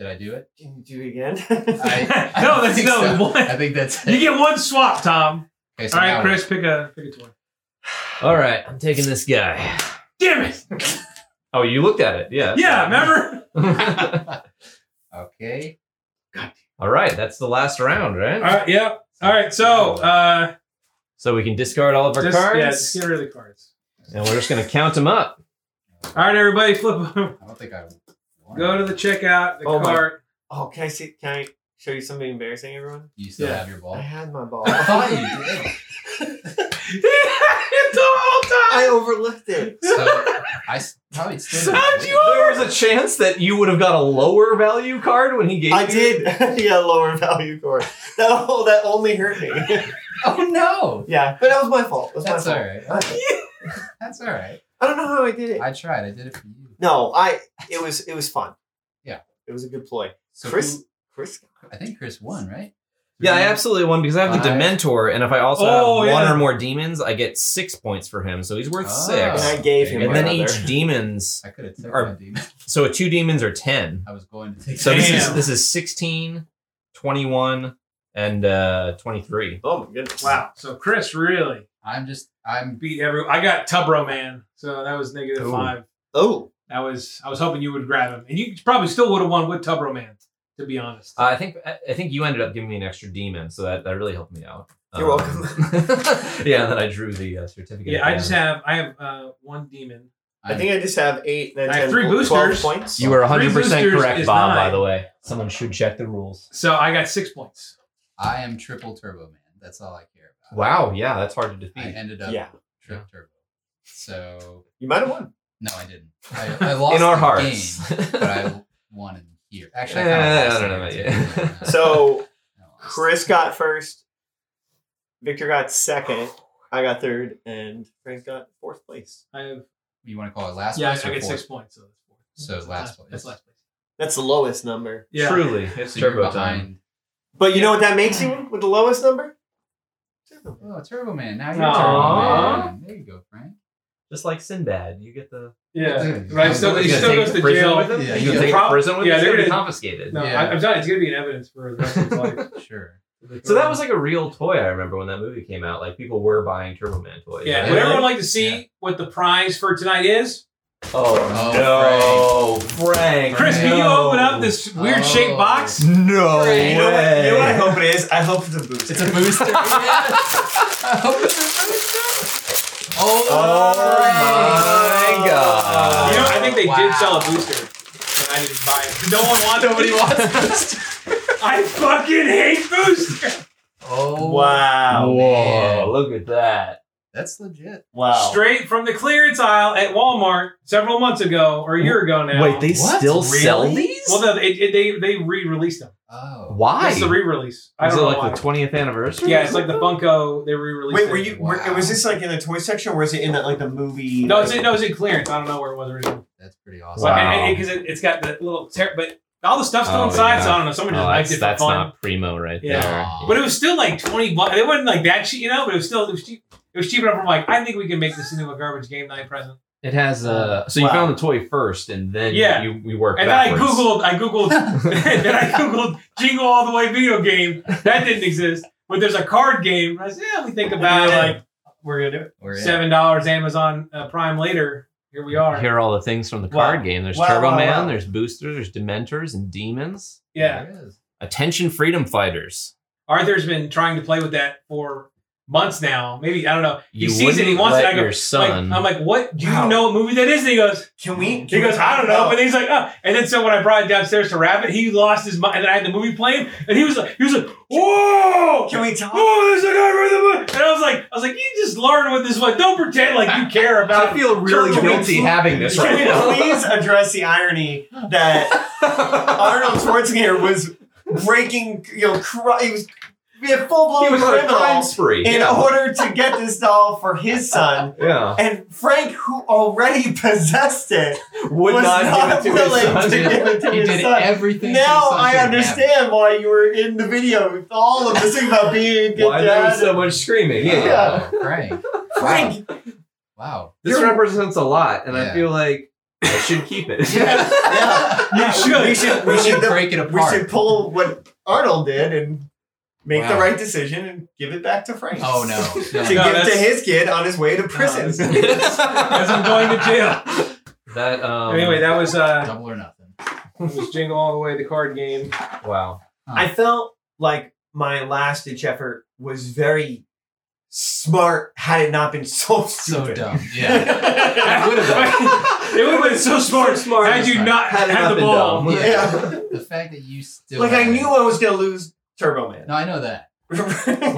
H: Did I do it?
E: Can you do it again?
H: I, I
C: No,
H: don't
C: that's-
H: think
C: no,
H: so.
C: what?
H: I think that's
C: You
H: it.
C: get one swap, Tom.
H: Okay, so
C: All right,
H: now
C: Chris, pick a pick a toy.
I: All right, I'm taking this guy.
C: Damn it!
I: Oh, you looked at it. Yeah.
C: Yeah, remember?
H: Okay.
I: All right. That's the last round, right?
C: All right, yep. All right, so uh,
I: So we can discard all of our
C: just,
I: cards.
C: yeah, just get rid of the cards.
I: And we're just going to count them up.
C: All right, everybody, flip them.
H: I don't think I.
C: Go to the checkout, the
E: Oh my-
C: cart.
E: Oh, can I see? Can I show you something embarrassing, everyone?
H: You still
C: Yeah.
H: have your ball.
E: I had my ball.
H: I thought
E: I
H: you did.
E: overlooked it.
H: So I s- probably still.
I: There was a chance that you would have got a lower value card when he gave
E: I
I: you.
E: did. yeah, lower value card. That oh, that only hurt me.
H: Oh no.
E: yeah, but that was my fault. It was
H: That's
E: my
H: all
E: fault.
H: right. That's all right.
E: I don't know how I did it.
H: I tried. I did it for you.
E: no, I. It was it was fun.
H: Yeah.
E: it was a good ploy.
H: So
E: Chris,
H: who-
E: Chris,
H: I think Chris won, right?
I: Yeah, I absolutely won because I have the
H: Five.
I: Dementor, and if I also
C: Oh,
I: have one
C: yeah. Ah.
I: or more demons, I get six points for him. So he's worth
H: Oh.
I: six.
E: and I gave him.
I: And then
E: another.
I: each demons,
H: I could have taken
I: Or-
H: my demon.
I: so two demons are ten.
H: I was going to take.
I: So this is
C: Damn.
I: this is 16, 21, and uh, twenty three.
E: Oh my goodness!
C: Wow. So Chris really
H: I'm just. I'm.
C: beat every. I got Tubro Man, so that was negative
I: Ooh.
C: five.
E: Oh,
C: That was. I was hoping you would grab him, and you probably still would have won with Tubro Man, to be honest.
I: Uh, I think I- I think you ended up giving me an extra demon, so that, that really helped me out. Um,
E: You're welcome.
I: yeah, and then I drew the uh, certificate.
C: yeah, I just have. I have uh, one demon.
E: I think I just have eight. And
C: I have
E: 10,
C: three
E: 12
C: boosters.
E: points.
I: you were
C: Three
I: 100 percent
C: boosters
I: correct,
C: is
I: Bob. By
C: nine.
I: the way, someone should check the rules.
C: So I got six points.
H: I am triple Turbo Man. That's all I care about.
I: Wow, yeah, that's hard to
H: I
I: defeat.
H: ended up
E: Yeah,
H: trip Turbo. So
E: you might have won.
H: no, I didn't. I, I lost
I: In our
H: the
I: hearts.
H: game, but I won in here. Actually, I,
I: Eh,
H: kinda
I: I
H: lost
I: don't
H: in
I: know
H: here,
I: about
H: too. uh,
I: you.
H: I
E: So
H: lost.
E: Chris got first. Victor got second. I got third, and Frank got fourth place.
C: I have.
H: You want to call it last?
C: yeah, I,
H: place or
C: I get
H: fourth?
C: six points. So that's four.
H: So
C: That's
H: last place.
C: That's last place.
E: That's the lowest number.
C: Yeah.
I: Truly, it's
H: So
I: turbo
H: you're
I: time.
H: behind.
E: But you know what that makes you with the lowest number?
H: Oh, Turbo Man! Now you're
C: Aw.
H: Turbo Man. There you go, Frank.
I: Just like Sinbad, you get the.
C: Yeah.
H: Dude,
C: Right.
H: I'm
C: So
H: really
C: he
H: gonna
C: still
H: take
C: goes
I: the
C: to
I: prison
C: jail.
I: with him?
H: Yeah,
I: You
H: you
I: gonna take it to
C: prob-
I: prison with
C: yeah,
I: you? It's
C: they're
I: gonna be
C: gonna-
I: confiscated.
C: No,
H: Yeah.
C: I, I'm sorry. It's gonna be in evidence for the rest of his life.
H: Sure.
I: So that was like a real toy. I remember when that movie came out. Like people were buying Turbo Man toys.
C: Yeah,
I: Right?
C: would everyone like to see
H: Yeah.
C: what the prize for tonight is?
I: Oh, no, Frank.
C: Chris, can you
I: no.
C: open up this weird shaped
H: Oh.
C: box?
I: No
E: You know, what, you know what I hope it is? I hope it's a booster.
H: It's a booster. Oh,
I: Oh my God.
C: you know, I think they did
H: Wow.
C: sell a booster, but I didn't buy it. No one wants
H: Nobody wants booster.
C: I fucking hate booster.
H: Oh
E: wow.
H: Oh,
I: Whoa!
H: man.
I: Look at that.
H: That's legit.
I: Oh.
E: Wow.
C: Straight from the clearance aisle at Walmart several months ago or a year ago now.
H: What? Really?
I: these?
C: well, no, it, it, they they re-released them.
H: Oh.
I: Why?
C: It's the re-release. I
I: Is
C: don't
I: it
C: know
I: like
C: why.
I: the twentieth anniversary?
C: yeah, it's like the Funko. They re-released.
E: Wait,
C: it.
E: were you? Were,
H: Wow.
E: was this like in the toy section, or was it in that like the movie?
C: No, it's in, no, it's in clearance. I don't know where it was originally.
H: That's pretty awesome.
I: Wow.
C: Because it, has got the little, ter- but all the stuff's still
I: Oh,
C: inside,
I: yeah.
C: so I don't know. Someone just liked it for fun.
I: primo right
C: Yeah.
H: there.
C: but it was still like twenty bucks. It wasn't like that cheap, you know. But it was still it was cheap. It was cheap enough. I'm like, I think we can make this into a garbage game night present.
I: It has uh so you
E: Wow.
I: found the toy first and then
C: Oh. Yeah.
I: you we worked
C: And
I: backwards.
C: then I googled, I googled, then I googled Jingle All the Way video game. That didn't exist. But there's a card game. I said, yeah, we think about
E: Yeah.
C: like we're gonna do it.
H: We're in.
C: Seven dollars Amazon uh, Prime later. Here we are.
I: Here are all the things from the
E: Wow.
I: card game. There's
E: Wow,
I: Turbo
E: wow,
I: Man,
E: wow.
I: there's Booster, there's Dementors and Demons.
C: Yeah,
H: There it is.
I: Attention Freedom Fighters.
C: Arthur's been trying to play with that for months now. Maybe I don't know. He
I: You
C: sees it. He
I: wouldn't
C: wants it.
I: let
C: I go.
I: your son.
C: Like, I'm like, what? Do you
E: Wow.
C: know what movie that is? And he goes,
E: Can we?
C: He goes, I don't know, but he's like, oh. and then so when I brought it downstairs to Rabbit, he lost his mind, and I had the movie playing, and he was like, he was like, whoa,
E: Can we talk?
C: oh, there's a guy right there, and I was like, I was like, you just learn what this was. Don't pretend like you care about.
I: feel
C: really guilty
I: having this
E: Can we please address the irony that Arnold Schwarzenegger was breaking, you know, cri- he was being a full blown
I: He was on a crime
E: criminal
I: spree.
E: in
I: yeah.
E: order to get this doll for his son,
I: Yeah.
E: and Frank, who already possessed it,
I: Would
E: was
I: not,
E: not,
I: give it to his
E: willing
I: son.
E: to give it to
H: He
E: his
H: did
E: son.
H: everything.
E: Now
H: for his son
E: I
H: to have.
E: understand why you were in the video with all of this thing about being a good
I: Why there
E: dad.
I: was so much screaming? Yeah.
E: Yeah.
H: Oh, Frank.
E: Frank,
H: Wow.
I: This represents a lot, and I
H: Yeah.
I: feel like I should keep it.
E: yeah,
C: You
E: we
C: should.
E: should
H: We
E: we
H: should
E: should
H: break it
E: we
H: apart.
E: should pull what Arnold did and make the
H: Wow.
E: right decision and give it back to Frank.
H: Oh no.
E: to
H: no.
C: No,
E: give to
C: that's-
E: his kid on his way to prison.
C: that's- As I'm going to jail.
I: That um,
C: anyway, that was uh,
H: double or nothing.
C: It was Jingle All the Way, the card game.
I: Wow.
E: I felt like my last ditch effort was very smart had it not been so stupid.
H: dumb, yeah. That would've been-
C: it would have been so smart, smart had you not had,
E: Had it not
C: the
E: been
C: ball.
E: dumb. Yeah.
H: The fact that you still
E: Like I knew I was gonna lose Turbo Man.
H: No, I know that. we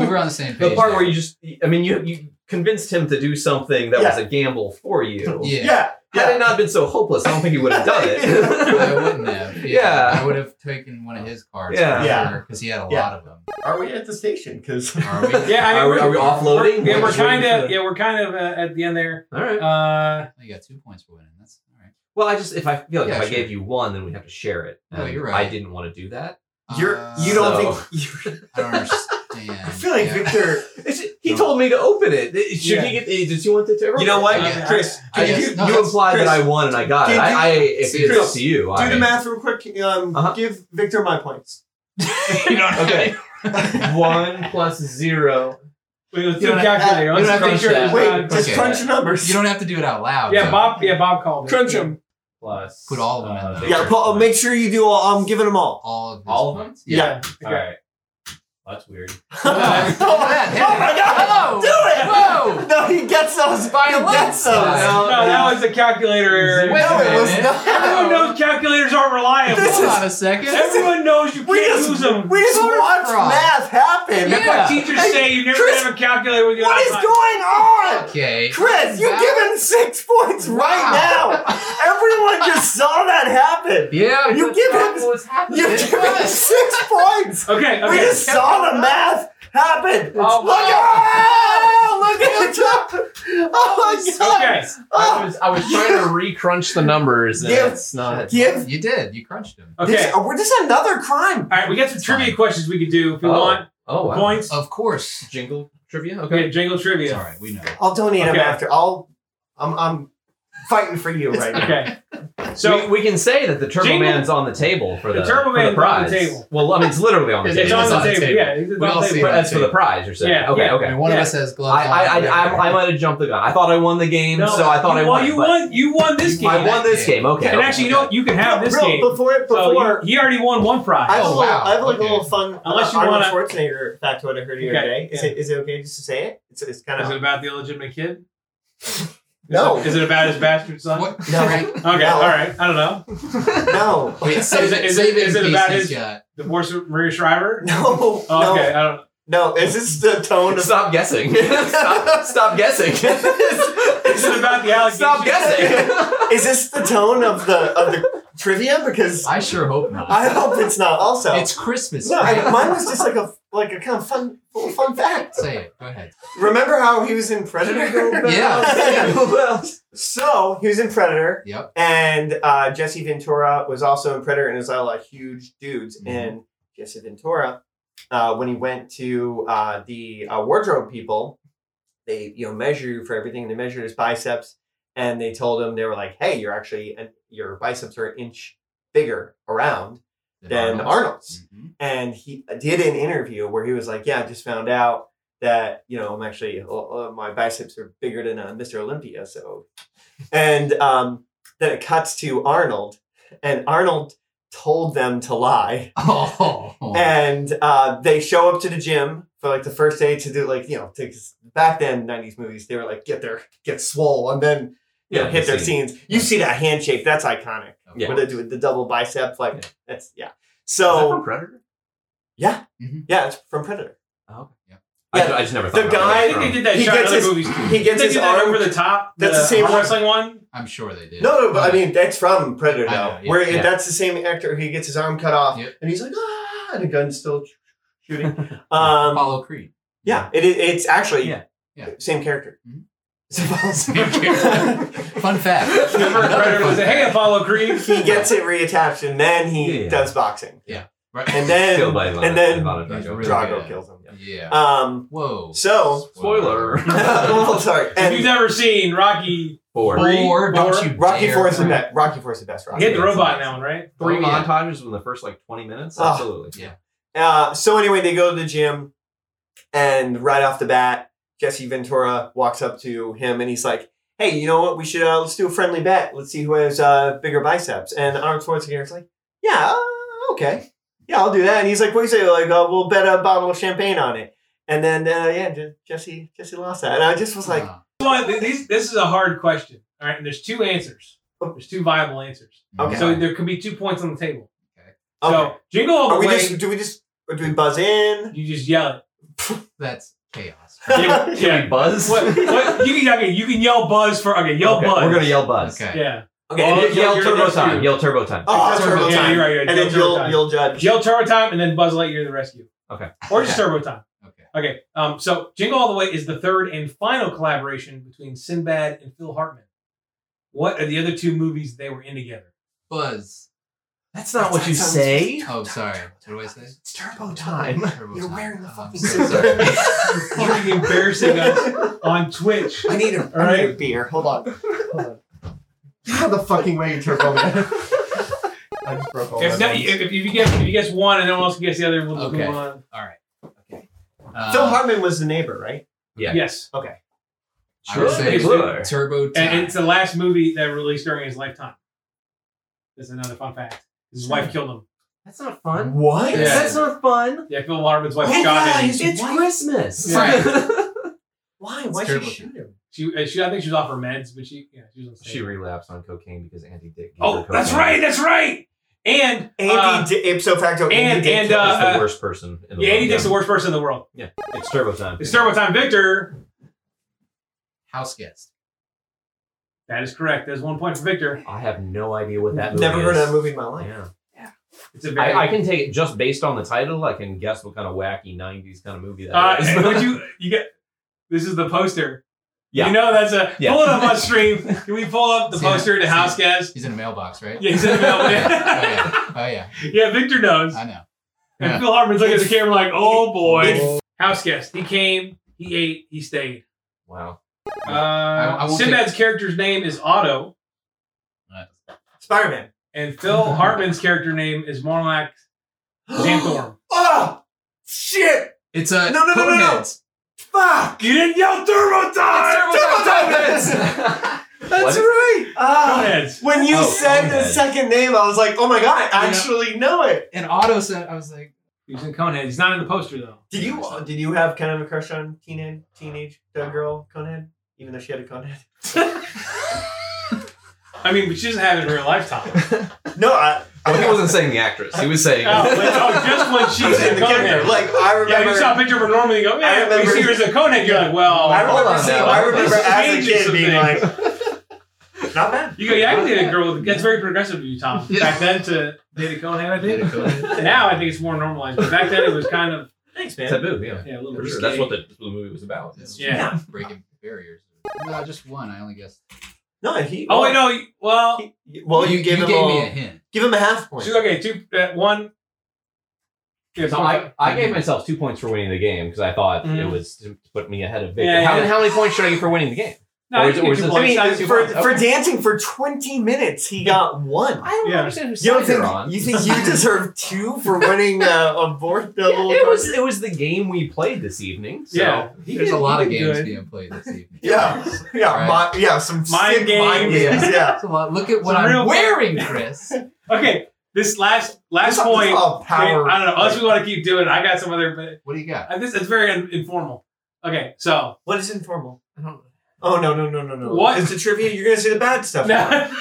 H: were on the same page.
I: the part
H: there.
I: where you just I mean you you convinced him to do something that was a gamble for you.
H: Yeah.
I: Had it not been so hopeless, I don't think he would have done it.
H: I wouldn't have. Yeah,
I: Yeah.
H: I would have taken one of his cards.
I: Yeah.
E: Yeah.
H: because he had a
E: Yeah.
H: lot of them.
E: Are we at the station? Because
H: Are we?
C: Yeah, I mean,
I: Are we-
C: we're-
I: are we offloading?
C: we're- yeah, we're
I: Just waiting
C: kind
I: for
C: of.
I: the-
C: Yeah, we're kind of uh, at the end there.
I: All right.
C: Uh,
H: You got two points for winning. That's all right.
I: Well, I just if I feel like
H: Yeah,
I: if I
H: sure.
I: gave you one, then we have to share it.
H: No,
I: And
H: you're
I: I
H: right.
I: didn't want to do that.
E: you're
H: Uh,
E: you don't
I: so-
E: think you
H: I don't understand.
E: I feel like
H: Yeah.
E: Victor
I: It's- he told me to open it. It- Should he get? Did you want it to?
E: You know what,
C: uh,
H: Yeah.
E: Chris?
H: I
E: could
H: guess-
E: you,
H: no,
E: you
H: that's-
E: imply
I: implied
E: Chris,
I: that I won and I got
E: did
I: it.
E: you-
I: I, I if
H: See,
I: it's
E: Chris,
I: up to you,
E: do
I: I
E: the math real quick. Um,
I: Uh-huh.
E: give Victor my points.
H: you don't have
I: Okay. One plus zero.
C: we go
H: You
C: through
H: don't have-
C: calculator.
H: you don't
C: Let's
H: have to
C: crunch
H: do
C: it.
H: that.
E: Wait,
C: Uh,
E: just
H: okay.
E: crunch the numbers.
H: You don't have to do it out loud.
C: yeah,
H: though.
C: Bob. Yeah, Bob called. it.
E: them.
I: plus.
H: all of them in there.
E: You gotta put, oh, make sure you do all. I'm giving them all.
H: All of his
I: All of them?
H: points.
E: Yeah.
I: All right. That's weird.
E: oh,
H: that hit it.
E: my
H: Whoa.
E: god! Do
H: Whoa.
E: it! No, he gets those.
H: By a
E: he gets those.
H: landslide.
C: No, that was the calculator error.
H: Wait
E: No,
H: a
E: it was
H: minute.
E: not.
C: Everyone knows calculators aren't reliable.
E: This
H: Hold
E: is-
H: on a second.
C: Everyone knows you
E: We
C: can't
E: just-
C: use them.
E: We just
H: Voter
E: watched
H: fraud.
E: math happen.
H: Yeah.
C: That's why teachers
E: Hey,
C: say you never
E: Chris,
C: have a calculator with you.
E: What is going on?
H: okay.
E: Chris, you're
H: Wow.
E: giving six points right
H: Wow.
E: now. Everyone just saw that happen.
H: Yeah.
E: You
H: but
E: give
H: that's
E: him-
H: What's happening?
E: You're
H: It
E: giving
H: was.
E: six points.
C: Okay,
E: We
C: okay.
E: just saw the math happen.
H: Oh,
E: look
H: wow.
E: out! Look at it! Oh my god!
C: Okay.
I: I
E: Oh,
I: was, I was trying to recrunch the numbers, and
E: Yeah.
I: it's not.
E: give
H: You did. You crunched him.
C: Okay.
E: this. Oh, we're- this is another crime.
C: All right, we got some trivia questions we could do if you
I: Oh,
C: want.
I: Oh wow.
C: Points.
H: Of course.
I: Jingle trivia.
C: Okay,
I: Okay.
C: jingle
H: It's
C: trivia.
H: all right. We know.
E: I'll donate him
C: Okay.
E: after. I'll. I'm. I'm fighting for you right now.
C: Okay. So
I: we, we can say that the Turbo
C: Jingle-
I: Man's on the table for
C: The
I: the,
C: Turbo
I: for
C: Man's
I: the prize.
C: on the table.
I: Well, I mean, it's literally on the
H: It's
I: table.
C: it's on the
H: on the
C: table.
H: table.
C: Yeah, it's on
H: We all
C: the
H: see
C: table.
I: But that's for the prize, you're saying.
C: Yeah,
I: okay,
C: yeah.
H: I mean,
I: okay.
H: one
C: Yeah.
H: of us has gloves.
I: I, I, I,
H: on.
I: I, I might have jumped the gun. I thought I won the game,
C: No,
I: so I thought
C: you,
I: I
C: well,
I: won.
C: you
I: but
C: won. You won this game.
I: I won this game. Okay.
C: And actually, you know what? You can have this
E: Real-
C: game.
E: Before
C: So
E: before
C: you- he already won one
E: I
C: prize.
E: have,
H: Oh,
E: a little,
H: wow.
E: I have like
H: Okay.
E: a little fun
C: Unless you
E: uh, Arnold
C: wanna-
E: Schwarzenegger factoid I heard the other
C: Okay,
E: day. Is,
C: yeah.
E: it, is it okay just to say it? It's, it's kind
C: Is it
E: of
C: about the illegitimate kid? Is
E: No.
C: It, is it about his bastard son?
H: What?
E: No.
H: Frank,
C: Okay.
E: No.
C: All right. I don't know.
E: no,
H: Wait, save
C: it- is
H: save
C: it- is it
H: in
C: about
H: case
C: his-
H: he's got-
C: Divorce of Maria Shriver.
E: no,
C: Oh, okay. I don't.
E: no, no. Is this the tone of?
I: Stop guessing. stop, stop guessing.
C: Is it about the allegations?
I: stop guessing.
E: Is this the tone of the of the trivia? Because
H: I sure hope not.
E: I hope it's not. Also,
H: it's Christmas.
E: no. I,
H: Frank.
E: mine was just like a like a kind of fun little fun fact.
H: Say it. Go ahead.
E: Remember how he was in Predator?
H: Yeah.
E: so he was in Predator.
H: Yep.
E: And uh, Jesse Ventura was also in Predator and is a lot of huge dudes.
H: Mhm.
E: And Jesse Ventura, uh, when he went to uh, the uh, wardrobe people, they you know measure you for everything. They measured his biceps, and they told him they were like, "Hey, you're actually an, your biceps are an inch bigger around than Arnold's." Mm-hmm.
H: Mhm.
E: and he did an interview where he was like, "Yeah, I just found out that you know I'm actually uh, uh, my biceps are bigger than uh, Mr. Olympia." So, and um, then it cuts to Arnold, and Arnold told them to lie,
H: Oh.
E: and uh, they show up to the gym for like the first day to do like you know to, back then '90s movies they were like get their get swole and then you know,
I: Yeah,
E: hit
I: the
E: their
I: scene.
E: scenes. You see that handshake? That's iconic.
I: Yeah.
E: What they do with the double bicep, like
I: Yeah.
E: that's yeah. So
I: Predator?
E: yeah,
H: Mhm.
E: yeah, it's from Predator.
I: Oh. Yeah.
E: Yeah,
I: I, ju- I just never
E: the
I: thought
E: guy-
I: about
C: I think
I: it.
C: they did that
E: He
C: shot in
E: gets
C: other
E: his-
C: movies too.
E: he gets
C: they
E: his
C: did that
E: arm-
C: over the top.
E: That's the same
C: arm
E: one-
C: wrestling one.
H: I'm sure they did.
E: No, no, but I
H: Yeah.
E: mean that's from Predator
H: I
E: now.
H: know, yeah,
E: Where
I: yeah.
E: that's the same actor who gets his arm cut off,
H: Yep.
E: and he's like, ah, and the gun's still sh- shooting. Um,
H: Apollo Creed.
E: yeah, it, it- it's actually
I: Yeah,
H: yeah.
E: same character.
H: Mhm.
E: It's Apollo-
H: Same character. Fun fact.
C: Remember,
H: Another
C: Predator
H: fun
C: was a hey
H: fact.
C: Apollo Creed.
E: he gets it reattached, and then he
I: Yeah, yeah.
E: does boxing,
H: Right.
E: and then
I: Killed by
E: and then
I: Ivan
H: He's
I: Drago.
H: really
E: Drago
H: bad.
E: kills him.
H: Yeah.
E: Um,
H: Whoa.
E: so
I: Spoiler.
E: well, sorry,
C: If you've
E: and
C: never seen Rocky,
I: Four.
H: Four. Don't you
E: Rocky
H: dare.
E: Four is the best. Rocky Four is the best.
C: he
E: Rocky.
C: hit the robot in that one, right?
I: Three
H: Oh, yeah.
I: montages in the first like 20 minutes?
E: Oh.
I: Absolutely.
H: Yeah.
E: Uh, so anyway, they go to the gym, and right off the bat, Jesse Ventura walks up to him and he's like, hey, you know what? We should uh, let's do a friendly bet. Let's see who has uh, bigger biceps. And Arnold Schwarzenegger's like, yeah, uh, okay, yeah, I'll do that. And he's like, what do you say? Like, uh, we'll bet a bottle of champagne on it. And then uh, yeah, Je- Jesse Jesse lost that, and I just was like,
C: Well, th- these- this is a hard question. All right, and there's two answers. There's two viable answers.
E: Okay.
C: So there could be two points on the table. So jingle all the
E: Are we
C: way.
E: just do we just or do we buzz in?
C: You just yell
E: it.
H: That's chaos.
C: Yeah,
E: Can
C: yeah.
E: we buzz?
C: What, what, you can okay, you can yell buzz for okay, yell
I: Okay,
C: buzz.
I: We're gonna yell buzz.
H: Okay.
C: Yeah.
E: Okay,
C: Well,
I: And yell,
C: you're-
I: turbo
C: you're-
I: time. Yell turbo time.
E: Oh,
C: Turbo
E: turbo
C: Time.
E: time.
C: Yeah, you're right, you're right.
E: And then
C: Turbo
E: you'll
C: Time.
E: you'll judge.
C: Yell turbo time and then Buzz Lightyear the rescue.
I: Okay.
C: Or just
H: Okay.
C: turbo time.
H: Okay.
C: Okay. Um, so Jingle All the Way is the third and final collaboration between Sinbad and Phil Hartman. What are the other two movies they were in together?
H: Buzz.
I: That's not
E: what you say.
H: Oh, sorry. What do I say?
E: It's turbo time.
H: Turbo
E: You're
H: time.
E: wearing the
H: Oh, I'm
E: fucking
H: so
E: suit.
H: sorry.
C: You're fucking embarrassing us on Twitch.
E: I need a,
C: All
E: I need a
C: right.
E: beer. Hold on.
J: How the fucking way you turbo man. I just broke all
C: If,
J: my
C: not,
J: bones.
C: if, if you guess if you guess one and no one else can guess the other, we'll just
H: Okay.
C: move on.
H: All right. Okay.
E: Phil
H: Uh,
E: Hartman was the neighbor, right?
I: Yeah.
C: Yes.
E: Okay.
H: I
C: Sure.
H: would say
I: Sure.
H: Turbo Time.
C: And it's uh, the last movie that released during his lifetime. That's another fun fact. His wife killed him.
I: That's not fun.
E: What?
C: Yeah.
I: That's not fun.
C: Yeah, Phil Hartman's wife
E: Oh,
C: shot
E: yeah,
C: him.
E: he's-
I: It's
E: Why-
I: Christmas.
H: Right.
E: Why? Why should
H: turbo
E: she shoot him?
C: She, uh, she, I think she was off her meds, but she, yeah, she was on stage.
I: she relapsed on cocaine because Andy Dick. gave her
C: Oh,
I: cocaine.
C: that's right, that's right. And
E: Andy
C: uh,
E: di- ipso facto. Andy
C: and-
E: did
C: and,
E: kill
C: uh,
E: him.
I: He's the worst person in the
C: yeah, Andy
I: world.
C: Dick's the worst person in the world.
I: It's turbo time.
C: It's Turbo Time Victor.
H: House guest.
C: That is correct. There's one point for Victor.
I: I have no idea what that.
E: never
I: movie
E: heard of
I: is.
E: that movie in my life.
I: Yeah.
C: It's a very.
I: I, I can take it just based on the title. I can guess what kind of wacky '90s kind of movie that
C: uh,
I: is.
C: and would you you get? This is the poster.
I: Yeah.
C: You know that's a
I: Yeah.
C: pull it up on stream. Can we pull up the
H: See it.
C: poster to
H: See
C: House
H: it.
C: Guest?
H: He's in a mailbox, right?
C: Yeah, he's in the
H: oh,
C: mail.
H: yeah. Oh, yeah.
C: yeah, Victor knows.
H: I know.
C: And
H: Yeah.
C: Phil Hartman's looking at the camera like, oh boy. House Guest. He came. He ate. He stayed.
I: wow.
C: Uh,
H: I won't
C: Sinbad's character's name is Otto,
H: Uh,
E: Spider Man.
C: and Phil Hartman's character name is Morlock Xanthorum.
E: Oh shit!
H: It's a.
E: No, no, no, no, no.
H: Coneheads.
E: Fuck!
C: You didn't yell Turbo Time!
E: Turbo time That's
I: What?
E: right. Ah,
C: Coneheads.
E: when you
I: Oh,
E: said the
I: Conehead.
E: second name, I was like, oh my god, I
H: Yeah.
E: actually know it.
H: And Otto said, I was like,
C: He was in Coneheads. He's not in the poster though.
E: Did you did you have kind of a crush on teenage teenage uh, girl Conehead, even though she had a Conehead?
C: I mean, but she doesn't have it in her lifetime.
E: No, I.
I: Well, he wasn't saying the actress. He was saying.
C: Oh, but, oh, just when
E: I
C: she's
E: was in
C: in
E: the character.
C: Conehead.
E: Like I
C: yeah,
E: remember.
C: you saw a picture of her normally. You go,
E: I
C: yeah, you
E: remember-
C: see her as a Conehead. You're like, well,
E: I remember,
I: Hold on
E: seeing,
I: now.
E: I remember
C: This
E: as a
C: changes
E: kid
C: some
E: being like, not bad.
C: you go, yeah, I can date a girl. With, that's very progressive of you, Tom. Back then to date a Conehead, I
H: Date a
C: think.
H: Conehead.
C: now I think it's more normalized, but back then it was kind of
E: Thanks, man.
I: Taboo, yeah.
C: yeah, a little
I: For
C: bit.
I: sure. That's what the, that's what the movie was about.
C: Yeah.
H: breaking barriers. No, just one. I only guessed.
E: No, he.
C: Oh wait, no. you- Well,
E: He- well, you, gave him
H: gave
E: all,
H: me a hint.
E: give him a half point.
C: Two, okay, two, uh, one. Yeah,
I: So
C: so
I: I, I gave myself two points for winning the game because I thought
C: Mhm.
I: it was to put me ahead of Victor.
C: Yeah,
I: how,
C: yeah.
I: how many points should I get for winning the game?
C: no,
I: or
C: you
I: is-
C: can
I: or
C: do
I: is
C: two
I: this-
E: I
C: points,
E: mean,
C: not two
E: for
C: points.
E: for
I: Okay.
E: dancing for twenty minutes, he got one.
I: I don't
C: Yeah.
I: understand who
E: You don't
I: side
E: think
I: you're on.
E: you think you deserve two for winning uh, a board double?
I: it was it was the game we played this evening. So
C: Yeah.
I: he
H: There's
I: did-
H: a lot
I: he
H: of
I: did
H: games
I: good.
H: being played this evening.
E: Yeah, yeah,
H: Right.
E: mi- yeah, some
C: Mind
E: sick mind
H: games.
E: games. Yeah,
H: That's a lot. Look at what
C: It's
H: I'm
C: real-
H: wearing, Chris.
C: Okay, this last last
E: This- this
C: point.
E: all
C: I
E: power.
C: don't know. Unless we want to keep doing, it. I got some other. But
H: What do you got?
C: uh, this it's very un- informal. Okay, so
E: What is informal? Oh no no no no no!
C: What?
E: It's the trivia. You're gonna see the bad stuff.
C: no,
E: now.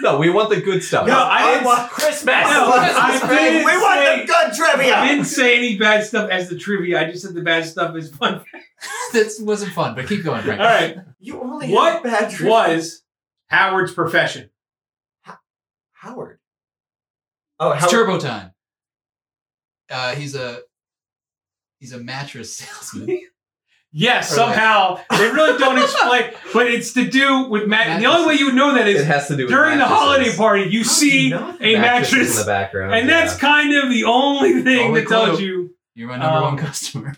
I: No, we want the good stuff.
C: No, I didn't-
E: want Christmas.
C: No, I didn't
E: we want
C: say-
E: the good trivia.
C: I didn't say any bad stuff as the trivia. I just said the bad stuff is fun.
H: this wasn't fun, but keep going,
C: All
H: Frank.
C: right,
E: You only
C: What
E: have bad trivia.
C: was Howard's profession?
E: Howard? Oh,
H: It's
E: Howard.
H: turbo time. Uh, he's a he's a mattress salesman.
C: Yes,
H: All right.
C: somehow they really don't explain, but it's to do with Matt. And the only way you would know that
I: It
C: is
I: has to do with
C: during the
I: mattresses.
C: holiday party. You see
E: Not
C: a
I: Mattresses
C: mattress
I: in the background,
C: And
I: yeah.
C: that's kind of the only thing
H: Only
C: that tells
H: clue.
C: you.
H: You're my number
C: Um,
H: one customer.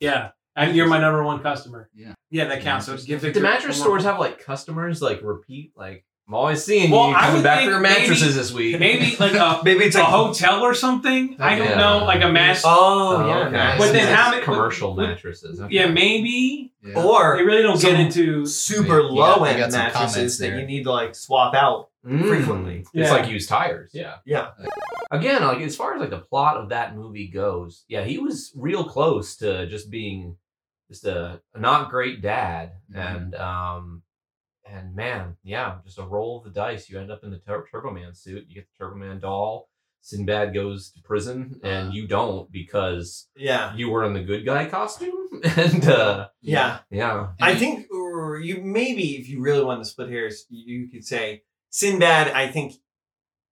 C: Yeah. And you're my number one customer.
H: Yeah.
C: Yeah, that counts. So just give
I: Did
C: Victor
I: the mattress
C: one
I: stores
C: more.
I: have like customers like repeat like I'm always seeing
C: Well,
I: you
C: I
I: coming
C: would
I: back for
C: think
I: your mattresses
C: maybe-
I: this week.
C: Maybe like a maybe it's a, hotel or something. I don't
I: Yeah.
C: know, like a mattress.
E: Oh,
I: yeah, Okay. nice.
C: But then
I: Yes.
C: how many?
I: commercial mattresses.
C: Yeah, maybe.
E: oh, Or
C: they really don't
E: some
C: get into
E: super
C: Yeah,
E: low
C: we
E: end
C: got some comments
E: mattresses that
C: there.
E: you need to like swap out
I: Mm.
E: frequently.
I: It's like used tires. Yeah.
E: Yeah.
I: Again, like as far as like the plot of that movie goes, yeah, he was real close to just being just a, a not great dad, and um, and man, yeah, just a roll of the dice. You end up in the Tur- Turbo Man suit. You get the Turbo Man doll. Sinbad goes to prison, and you don't because
E: yeah,
I: you were in the good guy costume, and uh,
E: Yeah.
I: yeah,
E: I think or you maybe if you really wanted to split hairs, you could say Sinbad. I think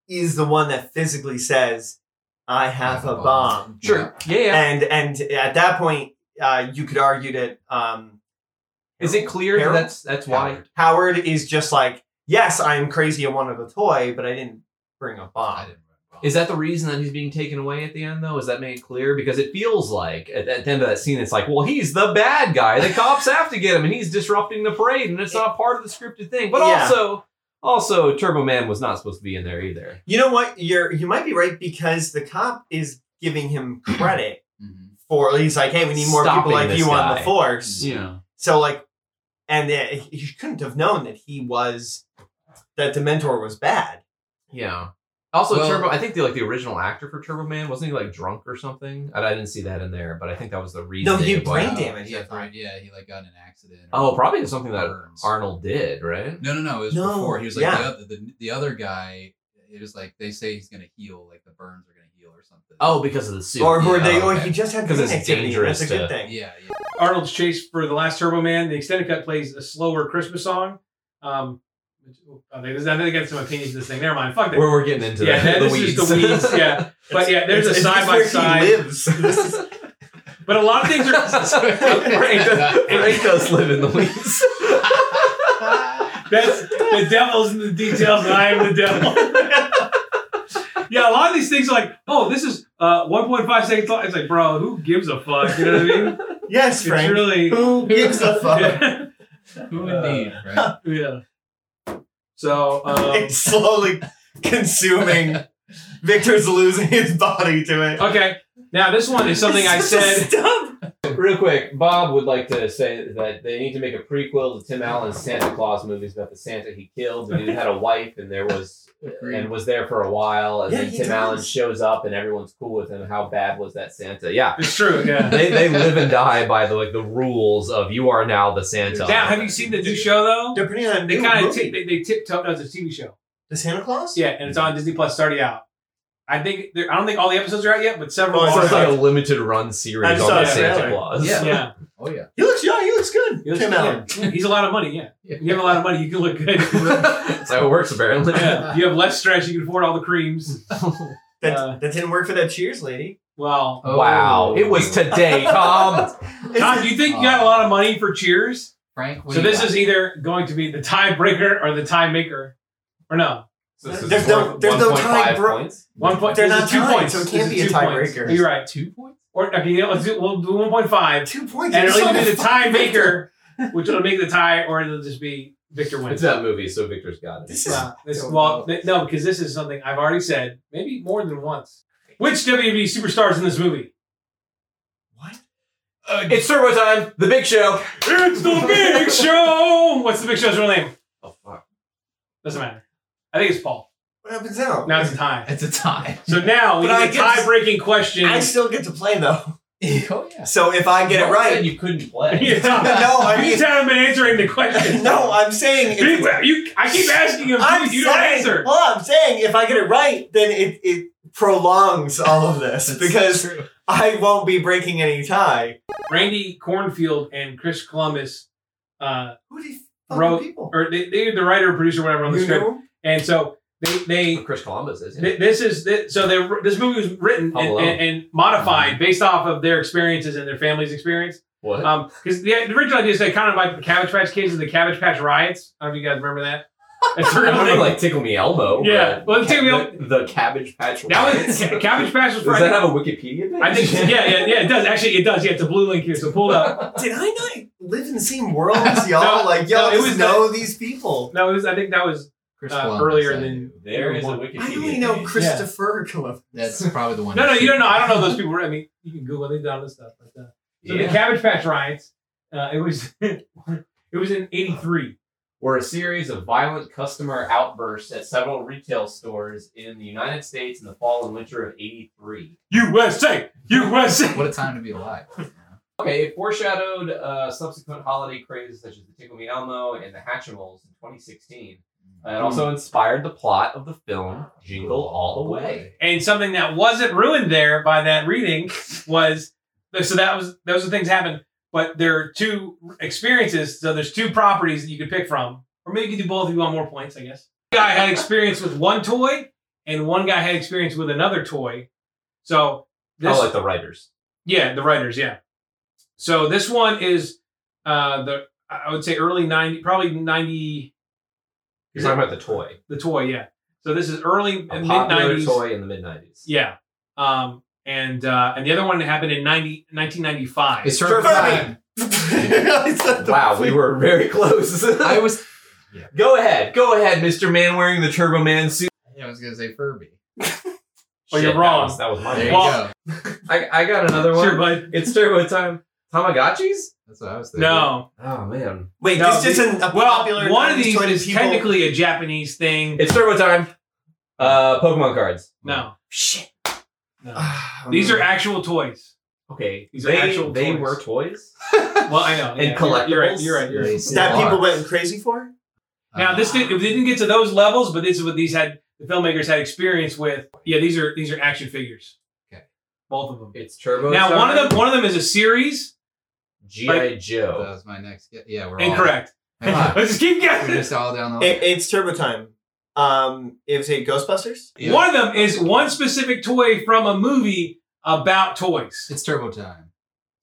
E: is the one that physically says, "I have a bomb."
I: Sure. Yeah. yeah.
E: And and at that point, uh, you could argue that um,
I: Is it clear
E: Harold?
I: that's that's why?
E: Howard is just like, "Yes, I'm crazy. I wanted a toy, but I didn't bring a bomb."
I: Is that the reason that he's being taken away at the end, though? Is that made clear? Because it feels like at, at the end of that scene, it's like, well, he's the bad guy. The cops have to get him, and he's disrupting the parade, and it's not part of the scripted thing. But
E: Yeah.
I: also, also, Turbo Man was not supposed to be in there either.
E: You know what? You're you might be right because the cop is giving him credit
H: Mm-hmm.
E: for he's like, hey, we need more
I: Stopping
E: people like
I: this
E: you on the
I: guy.
E: force.
I: Yeah.
E: So like, and uh, he couldn't have known that he was that the mentor was bad.
I: Yeah. Also,
E: Well-
I: Turbo. I think the like the original actor for Turbo Man wasn't he like drunk or something? And I didn't see that in there, but I think that was the reason.
E: he had
I: of why-
E: brain damage.
H: uh, Yeah, brain- yeah, he like got in an accident. or-
I: Oh, probably something that Arnold did, right?
H: No, no, no. It was
I: No,
H: before. He was like
I: yeah.
H: the, other, the the other guy. It was like they say he's gonna heal, like the burns are gonna heal or something.
I: Oh, because of the suit.
E: Or or
H: Yeah,
E: they or
H: okay.
E: he just had
I: Because
E: brain
I: it's
E: activity.
I: dangerous
E: That's a good
I: to-
E: thing.
H: Yeah, yeah.
C: Arnold's chase for the last Turbo Man. The extended cut plays a slower Christmas song. Um, which- I think there's- I think I got some opinions to this thing. Never mind. Fuck that.
I: Where we're getting into
C: yeah,
I: the-
C: that-
I: the
C: this is the
I: weeds.
C: weeds. Yeah, but yeah, there's a
E: It's- it's
C: side by
E: where he
C: side.
E: lives. This is-
C: But a lot of things are.
I: Frank does, Frank does live in the weeds.
C: That's the devil's in the details, and I am the devil. yeah, a lot of these things are like, oh, this is uh, 1.5 seconds long. It's like, bro, who gives a fuck? You know what I mean?
E: Yes,
C: It's
E: Frank.
C: really-
E: Who gives a fuck?
C: Yeah.
H: Who indeed, right?
C: yeah. So um,
E: it's slowly consuming. Victor's losing his body to it.
C: Okay. Now this one is something I said.
I: Real quick, Bob would like to say that they need to make a prequel to Tim Allen's Santa Claus movies about the Santa he killed. The dude had a wife and there was and was there for a while, and
K: Yeah,
I: then
K: he
I: Tim
K: does.
I: Allen shows up and everyone's cool with him. How bad was that Santa? Yeah,
C: It's true, yeah.
I: they, they live and die by the like the rules of you are now the Santa.
C: Now, have you seen the new show though?
E: They're putting on a
C: They
E: new
C: kind of
E: movie.
C: they, they tiptoe. No, it's a TV show.
E: The Santa Claus.
C: Yeah, and it's on Disney Plus. Starting out. I think they're- I don't think all the episodes are out yet, but several.
I: Oh, so
C: are.
I: it's like a limited run series
C: I
I: on
C: just saw
I: the
C: the
I: Santa
C: trailer.
I: Claus.
C: Yeah. Yeah.
H: Oh yeah.
E: He looks young. He looks good.
C: He looks
E: Tim
C: good,
E: Allen.
C: yeah. He's a lot of money. Yeah, If you have a lot of money. You can look good.
I: That's how it works apparently.
C: Yeah. You have less stress. You can afford all the creams.
E: That,
C: Uh,
E: that didn't work for that Cheers lady.
C: Well,
I: Wow. It was today, Tom.
C: Tom, do you think you got a lot of money for Cheers?
H: Frank, what
C: So
H: do you
C: this
H: got?
C: is either going to be the tiebreaker or the tie maker, or no?
I: this is
E: There's no- worth there's no 1.5 tie bro- points?
C: One point.
E: They're
C: this is
E: not
C: two
E: tied,
C: points.
E: so it
C: This
E: can't
C: is
E: be a
C: two points.
E: tiebreaker.
C: You're right.
H: Two points.
C: Or okay, you know, let's do, we'll do one point five. Two
E: points.
C: and it'll
E: Son
C: either be
E: of
C: the
E: a-
C: tie maker, which will make the tie, or it'll just be Victor wins.
I: It's that movie, so Victor's got it.
E: This
C: Wow. This- well, th- no, because this is something I've already said, maybe more than once. Which WWE superstars in this movie?
I: it's Turbo Time, the Big Show.
C: It's the Big Show. What's the Big Show's real name?
I: Oh fuck.
C: Doesn't matter. I think it's Paul.
E: What happens now?
C: Now it's a tie.
H: It's a tie.
C: So now we
E: But I
C: get a
E: guess-
C: tie-breaking question.
E: I still get to play
C: Oh,
E: though. So if I get it
I: Well,
E: right,
I: then you couldn't play.
C: Yeah, Tom,
E: No, Oh, I
C: you
E: mean-
C: haven't been answering the question.
E: no, I'm saying
C: Big- you, I keep asking him.
E: I'm
C: you don't
E: saying, Oh.
C: answer.
E: Well, I'm saying if I get it right, then it it prolongs all of this because I won't be breaking any tie.
C: Randy Cornfield and Chris Columbus uh,
E: Who do you
C: wrote, or they, they the writer, or producer, whatever on the
E: You
C: script,
E: know?
C: and so they they
I: Chris Columbus is.
C: Th- This is th- so. They this movie was written and,
I: Home Alone.
C: and, and modified based off of their experiences and their family's experience.
I: What?
C: Um, because the, the original idea is they kind of like the Cabbage Patch Kids and the Cabbage Patch Riots. I don't know if you guys remember that. That's
I: I
C: a real
I: remember
C: thing.
I: like Tickle Me Elmo.
C: Yeah,
I: but
C: well, Tickle Me
I: the- The Cabbage Patch.
C: That was
I: Riots.
C: Cabbage Patch was
I: Does
C: probably-
I: that have a Wikipedia page?
C: I think yeah, yeah, yeah. It does actually. It does. Yeah, it's a blue link here. So pull it up.
E: Did I not live in the same world as y'all?
C: No,
E: like
C: no,
E: y'all
C: it
E: just
C: was
E: know these people.
C: No, it was. I think that was
H: Chris
C: uh,
H: Columbus,
C: earlier
H: I
C: than
H: do. There is a
C: Wikipedia.
E: I only know Christopher Columbus.
H: That's probably the one.
C: No, no, you don't know. I don't know those people. I mean, you can Google. They've done this stuff. But, uh, so
L: Yeah.
C: the Cabbage Patch Riots. Uh, it was it was in '83.
I: were a series of violent customer outbursts at several retail stores in the United States in the fall and winter of 83.
C: USA, USA.
H: What a time to be alive.
I: Okay, it foreshadowed uh, subsequent holiday crazes such as the Tickle Me Elmo and the Hatchimals in 2016. Uh, It
C: Hmm.
I: also inspired the plot of the film Jingle All the Way.
C: And something that wasn't ruined there by that reading was so that was those are things happened, but there are two experiences. So there's two properties that you could pick from, or maybe you could do both if you want more points. I guess. One guy had experience with one toy, and one guy had experience with another toy. So this
I: I Oh, like the writers.
C: Yeah, the writers. Yeah. So this one is uh the I would say early ninety, probably ninety.
I: You're talking about the toy.
C: The toy, yeah. So this is early mid
I: A popular
C: nineties.
I: toy in the mid 90s.
C: Yeah. Um. And uh, and the other one happened in 90, 1995.
H: It's Turbo Man.
I: Wow, we were very close.
H: I was.
I: Go ahead. Go ahead, Mr. Man wearing the Turbo Man suit.
H: Yeah, I was gonna say Furby.
I: Oh,
C: you're
I: Shit,
C: wrong.
I: That was, that was mine.
H: There you
C: Well-
H: go.
I: I, I got another one.
C: Sure, bud.
I: It's turbo time. Tamagotchis?
H: That's what I was thinking.
C: No.
I: Oh man.
E: Wait,
C: No,
E: this is
C: the-
E: an, a
C: well,
E: popular
C: one of
E: 90s
C: these
E: toy that
C: is
E: people-
C: technically a Japanese thing.
I: It's turbo time. Uh Pokemon cards.
C: no.
E: Shit.
C: No. These are actual toys.
I: Okay.
C: These are
I: they,
C: actual
I: they
C: toys.
I: were toys?
C: Well, I know.
I: And
C: yeah, You're right.
I: collectibles?
C: You're right. You're right.
H: They
E: that
H: are.
E: people went crazy for?
H: Uh-huh.
C: Now this
H: Ah.
C: did, it didn't get to those levels, but this is what these had. The filmmakers had experience with. Yeah, these are these are action figures.
H: Okay.
C: Both of them.
I: It's turbo
C: now
I: time.
C: one of them one of them is a series.
I: G.I.
H: That
I: Joe.
H: was my next. Yeah, yeah we're
C: Incorrect.
H: All, Hang on.
C: Let's just keep
H: we're
C: guessing.
H: just all down the line.
E: It, it's Turbo Time. Um, it was a Ghostbusters.
H: Yeah.
C: One of them is one specific toy from a movie about toys.
H: It's Turbo Time.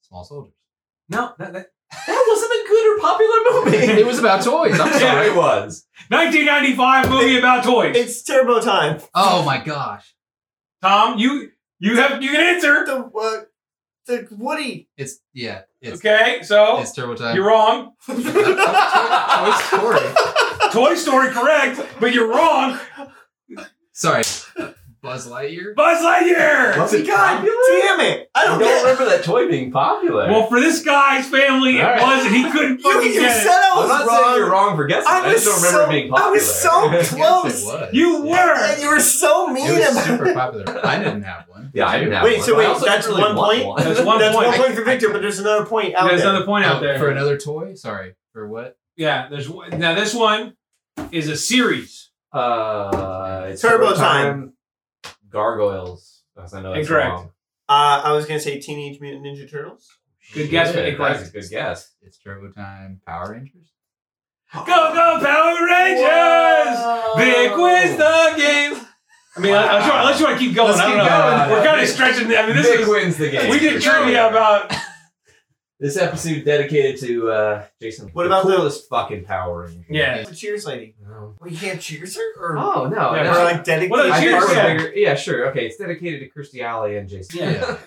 H: Small Soldiers.
C: No, that, that,
I: That wasn't a good or popular movie.
H: it was about toys. I'm
C: Yeah.
H: sorry.
I: it was.
C: 1995 movie about toys.
E: It's Turbo Time.
H: Oh my gosh.
C: Tom, you you have you can answer.
E: The uh, the Woody.
H: It's yeah. It's
C: Okay, Oh, so
H: it's Turbo Time.
C: you're wrong.
H: Toy Story.
C: Toy Story correct, but you're wrong.
H: Sorry. Buzz Lightyear.
C: Buzz Lightyear.
E: God damn it! I
I: I
E: don't
I: don't
E: get it.
I: remember that toy being popular.
C: Well, for this guy's family, it
I: All right.
C: was he couldn't
E: You,
C: fucking
E: you
C: get it.
E: said I
I: I'm
E: was
I: not saying
E: wrong.
I: you're wrong for guessing.
E: I
I: I,
E: was
I: just don't remember
E: so-
I: it being
E: I
I: popular.
E: was
H: Yes,
E: so-
H: it
E: Close.
H: was.
C: You were.
E: And you were so mean
H: It was
E: about
H: super
E: it.
H: popular. I didn't have one.
I: yeah, I didn't have
E: Wait,
I: one.
E: so
I: but I
E: wait,
I: also
E: that's
I: didn't
E: one
I: really want
E: point?
I: one.
C: That's one
E: That's
C: point.
E: one point for Victor, but there's another point out
C: There's
E: there.
C: another point out there.
H: Oh, For another toy? Sorry. For what?
C: yeah, there's one- now this one is a series.
I: Uh, it's
E: Turbo
I: Gargoyles. Yes, I know that's
C: Incorrect.
I: wrong.
E: Uh, I was gonna say Teenage Mutant Ninja Turtles.
C: Good guess, but
I: Yeah,
C: incorrect.
I: that's a good guess.
H: It's Turbo Time. Power Rangers?
C: Go go Power Rangers! Big quiz the game. I mean, I- I'm sure, unless you want to keep going,
H: Let's
C: I don't
H: keep
C: know.
H: going.
C: We're kind of stretching. I mean, this
I: Vic
C: is
I: wins the game.
C: we did
I: For sure.
C: trivia about
I: this episode dedicated to uh, Jason.
E: What about
I: the
E: the-
I: coolest fucking Power Oh, Ranger?
C: yeah.
E: The cheers lady.
I: No.
E: We can't cheers her, or
I: Oh no!
C: Yeah,
I: no.
E: or like dedicated.
C: What are the
I: I
C: cheers?
I: think
C: Yeah.
I: bigger, yeah, sure. Okay, it's dedicated to Kirstie Alley and Jason.
H: Yeah.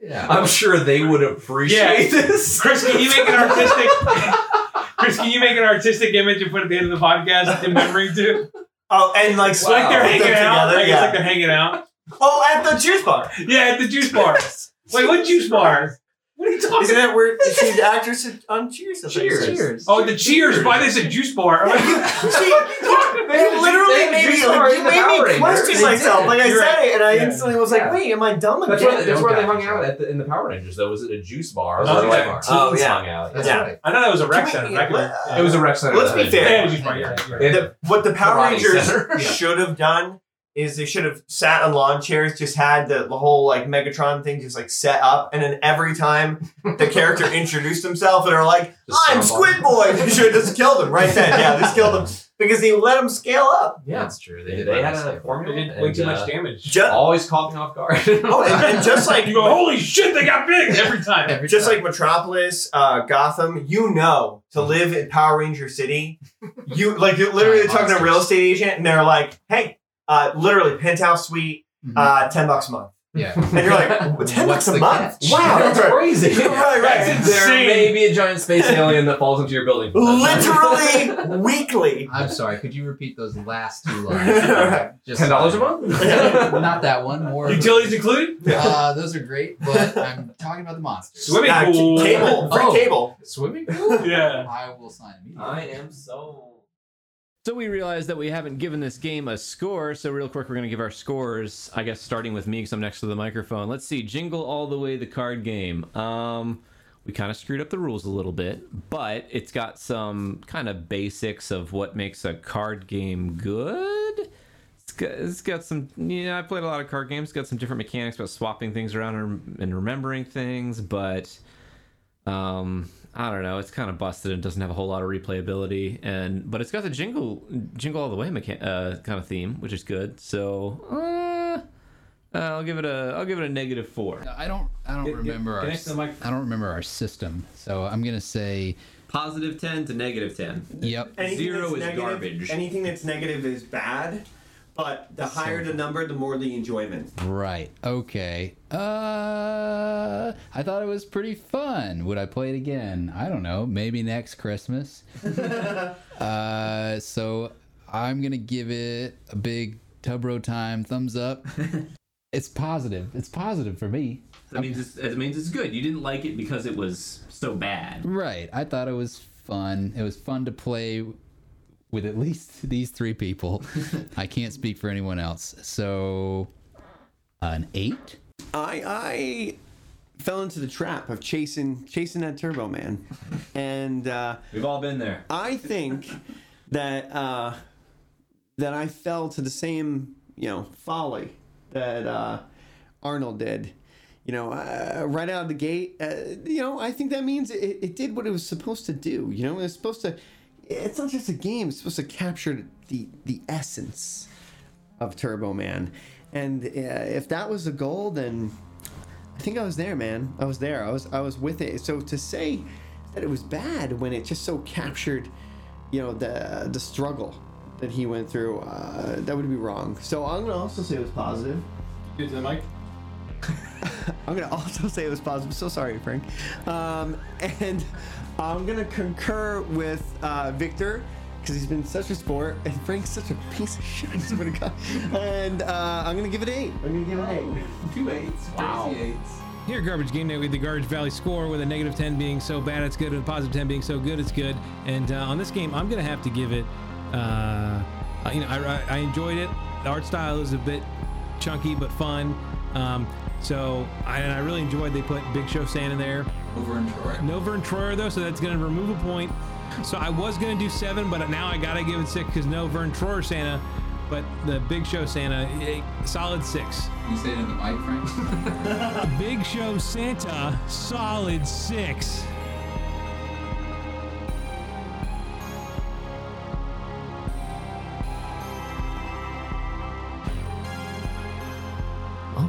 H: Yeah.
I: I'm sure they would appreciate this.
C: Chris, can you make an artistic? Chris, can you make an artistic image and put at the end of the podcast in memory too?
E: Oh, and like
C: It's like they're
E: put
C: hanging
E: them
C: out.
E: together,
C: like
E: yeah.
C: it's like they're hanging out.
E: oh, at the juice bar.
C: Yeah, at the juice bar. Wait, what juice bar? What are you talking?
E: Isn't that where she's the actress in- on Cheers? I think.
I: Cheers.
C: Oh, the Cheers. Why they said juice bar? I'm like,
E: See, you
I: they had
E: literally made
I: juice
E: me
I: bar
E: like
I: in
E: you
I: the
E: made
I: Power
E: me
I: Rangers.
E: question
I: They
E: myself.
I: did.
E: Like I
C: You're
E: said it, and I
C: Yeah.
E: instantly was like,
I: Yeah.
E: "Wait, am I dumb
I: That's
E: again?"
I: where, that's
H: don't
I: where they
H: got
I: hung
H: it.
I: out at the, in the Power Rangers. Though was it a juice bar?
C: Oh,
I: Or
C: okay.
I: like teens
E: Oh, yeah.
I: hung out.
H: That's
E: Yeah.
H: right.
C: I know that was a rec
E: Can
C: center.
E: we-
C: Back in the-
E: uh,
C: yeah.
I: It was a rec center.
E: Let's be fair.
C: Yeah, juice bar. Yeah, yeah.
I: And
E: The- what the Power
I: Karate
E: Rangers
I: Center. Yeah.
E: should have done is they should have sat on lawn chairs, just had the, the whole like Megatron thing just like set up, and then every time the character introduced himself, and are like,
H: Just
E: "I'm
H: throw 'em
E: Squid Boy," they should have just killed him right then. Yeah, just killed him because they let him scale up.
I: Yeah.
H: That's true.
I: They,
H: did
I: they
H: have
I: had a
H: scale.
I: formula.
C: They did
I: and,
C: way too
I: uh,
C: much damage.
E: Ju-
I: Always caught me off guard.
E: oh, and, and just like
C: You go, holy shit, they got big every time.
H: Every
E: just
H: time.
E: like Metropolis, uh, Gotham, you know, to live in Power Ranger City, you like you're literally
H: Giant
E: talking to a
H: monsters.
E: real estate agent, and they're like, "Hey, uh, literally penthouse suite,
H: Mhm.
E: uh, ten bucks a month."
H: Yeah.
E: And you're like, 10
I: What's
E: bucks a
I: the
E: month?
I: catch?
E: Wow, that's crazy.
I: Yeah,
E: right, right.
I: There may be a giant space alien that falls into your building.
E: Literally weekly.
H: I'm sorry. Could you repeat those last two
I: Right.
H: lines?
I: $10 a month?
H: Not that one. More
C: Utilities included?
H: Uh, those are great, but I'm talking about the monsters.
C: Swimming
E: Uh,
C: Yeah, pool. cable. Free
H: Oh,
C: cable.
H: Swimming pool.
C: Yeah.
H: I will sign immediately.
I: I am sold.
A: So we realize that we haven't given this game a score. So real quick, we're gonna give our scores. I guess starting with me because I'm next to the microphone. Let's see, jingle all the way the card game. Um, we kind of screwed up the rules a little bit, but it's got some kind of basics of what makes a card game good. It's got, it's got some. Yeah, I played a lot of card games. It's got some different mechanics about swapping things around and- and remembering things, but um i don't know it's kind of busted and doesn't have a whole lot of replayability and but it's got the jingle jingle all the way mecha- uh, kind of theme which is good so uh, i'll give it a i'll give it a negative four
H: I don't. I don't remember our.
A: connect to the mic.
H: I don't remember our system, so I'm gonna say.
A: positive 10 to negative 10
H: Yep.
A: Zero
E: that's
A: is garbage.
E: Anything that's negative is bad, but the higher the number, the more the enjoyment.
H: Right. Okay. Uh, I thought it was pretty fun. Would I play it again? I don't know. Maybe next Christmas. uh, so I'm gonna give it a big Tubro time thumbs up. it's positive. It's positive for me.
M: That means it's, that means it's good. You didn't like it because it was so bad.
H: Right. I thought it was fun. It was fun to play with at least these three people. I can't speak for anyone else. So, an eight.
E: I I fell into the trap of chasing chasing that Turbo Man, and uh,
A: we've all been there.
E: I think that uh, that I fell to the same you know folly that uh, Arnold did. You know, uh, right out of the gate, uh, you know, I think that means it, it did what it was supposed to do. You know, it's supposed to. It's not just a game; it's supposed to capture the the essence of Turbo Man. And uh, if that was the goal, then I think I was there, man. I was there. I was I was with it. So to say that it was bad when it just so captured, you know, the the struggle that he went through, uh, that would be wrong. So I'm gonna also say it was positive.
C: Get to the mic.
E: I'm gonna also say it was positive. So sorry, Frank. Um, and I'm gonna concur with uh, Victor because he's been such a sport, and Frank's such a piece of shit. I swear to God. And uh, I'm gonna give it eight. I'm gonna give it eight. Two eights. Wow.
C: Here at Garbage Game Night, we had the Garbage Valley score with a negative 10 being so bad it's good and a positive 10 being so good it's good. And uh, on this game, I'm going to have to give it, uh, uh, you know, I, I- I enjoyed it. The art style is a bit chunky but fun. Um, so, I, and I really enjoyed they put Big Show Sand in there.
H: Over in Troy.
C: No Vern Troyer, though, so that's going to remove a point. So I was going to do seven, but now I got to give it six because no Vern Troyer Santa, but the Big Show Santa, eh, solid six.
H: You say it in the mic, Frank.
C: Big Show Santa, solid six.
B: All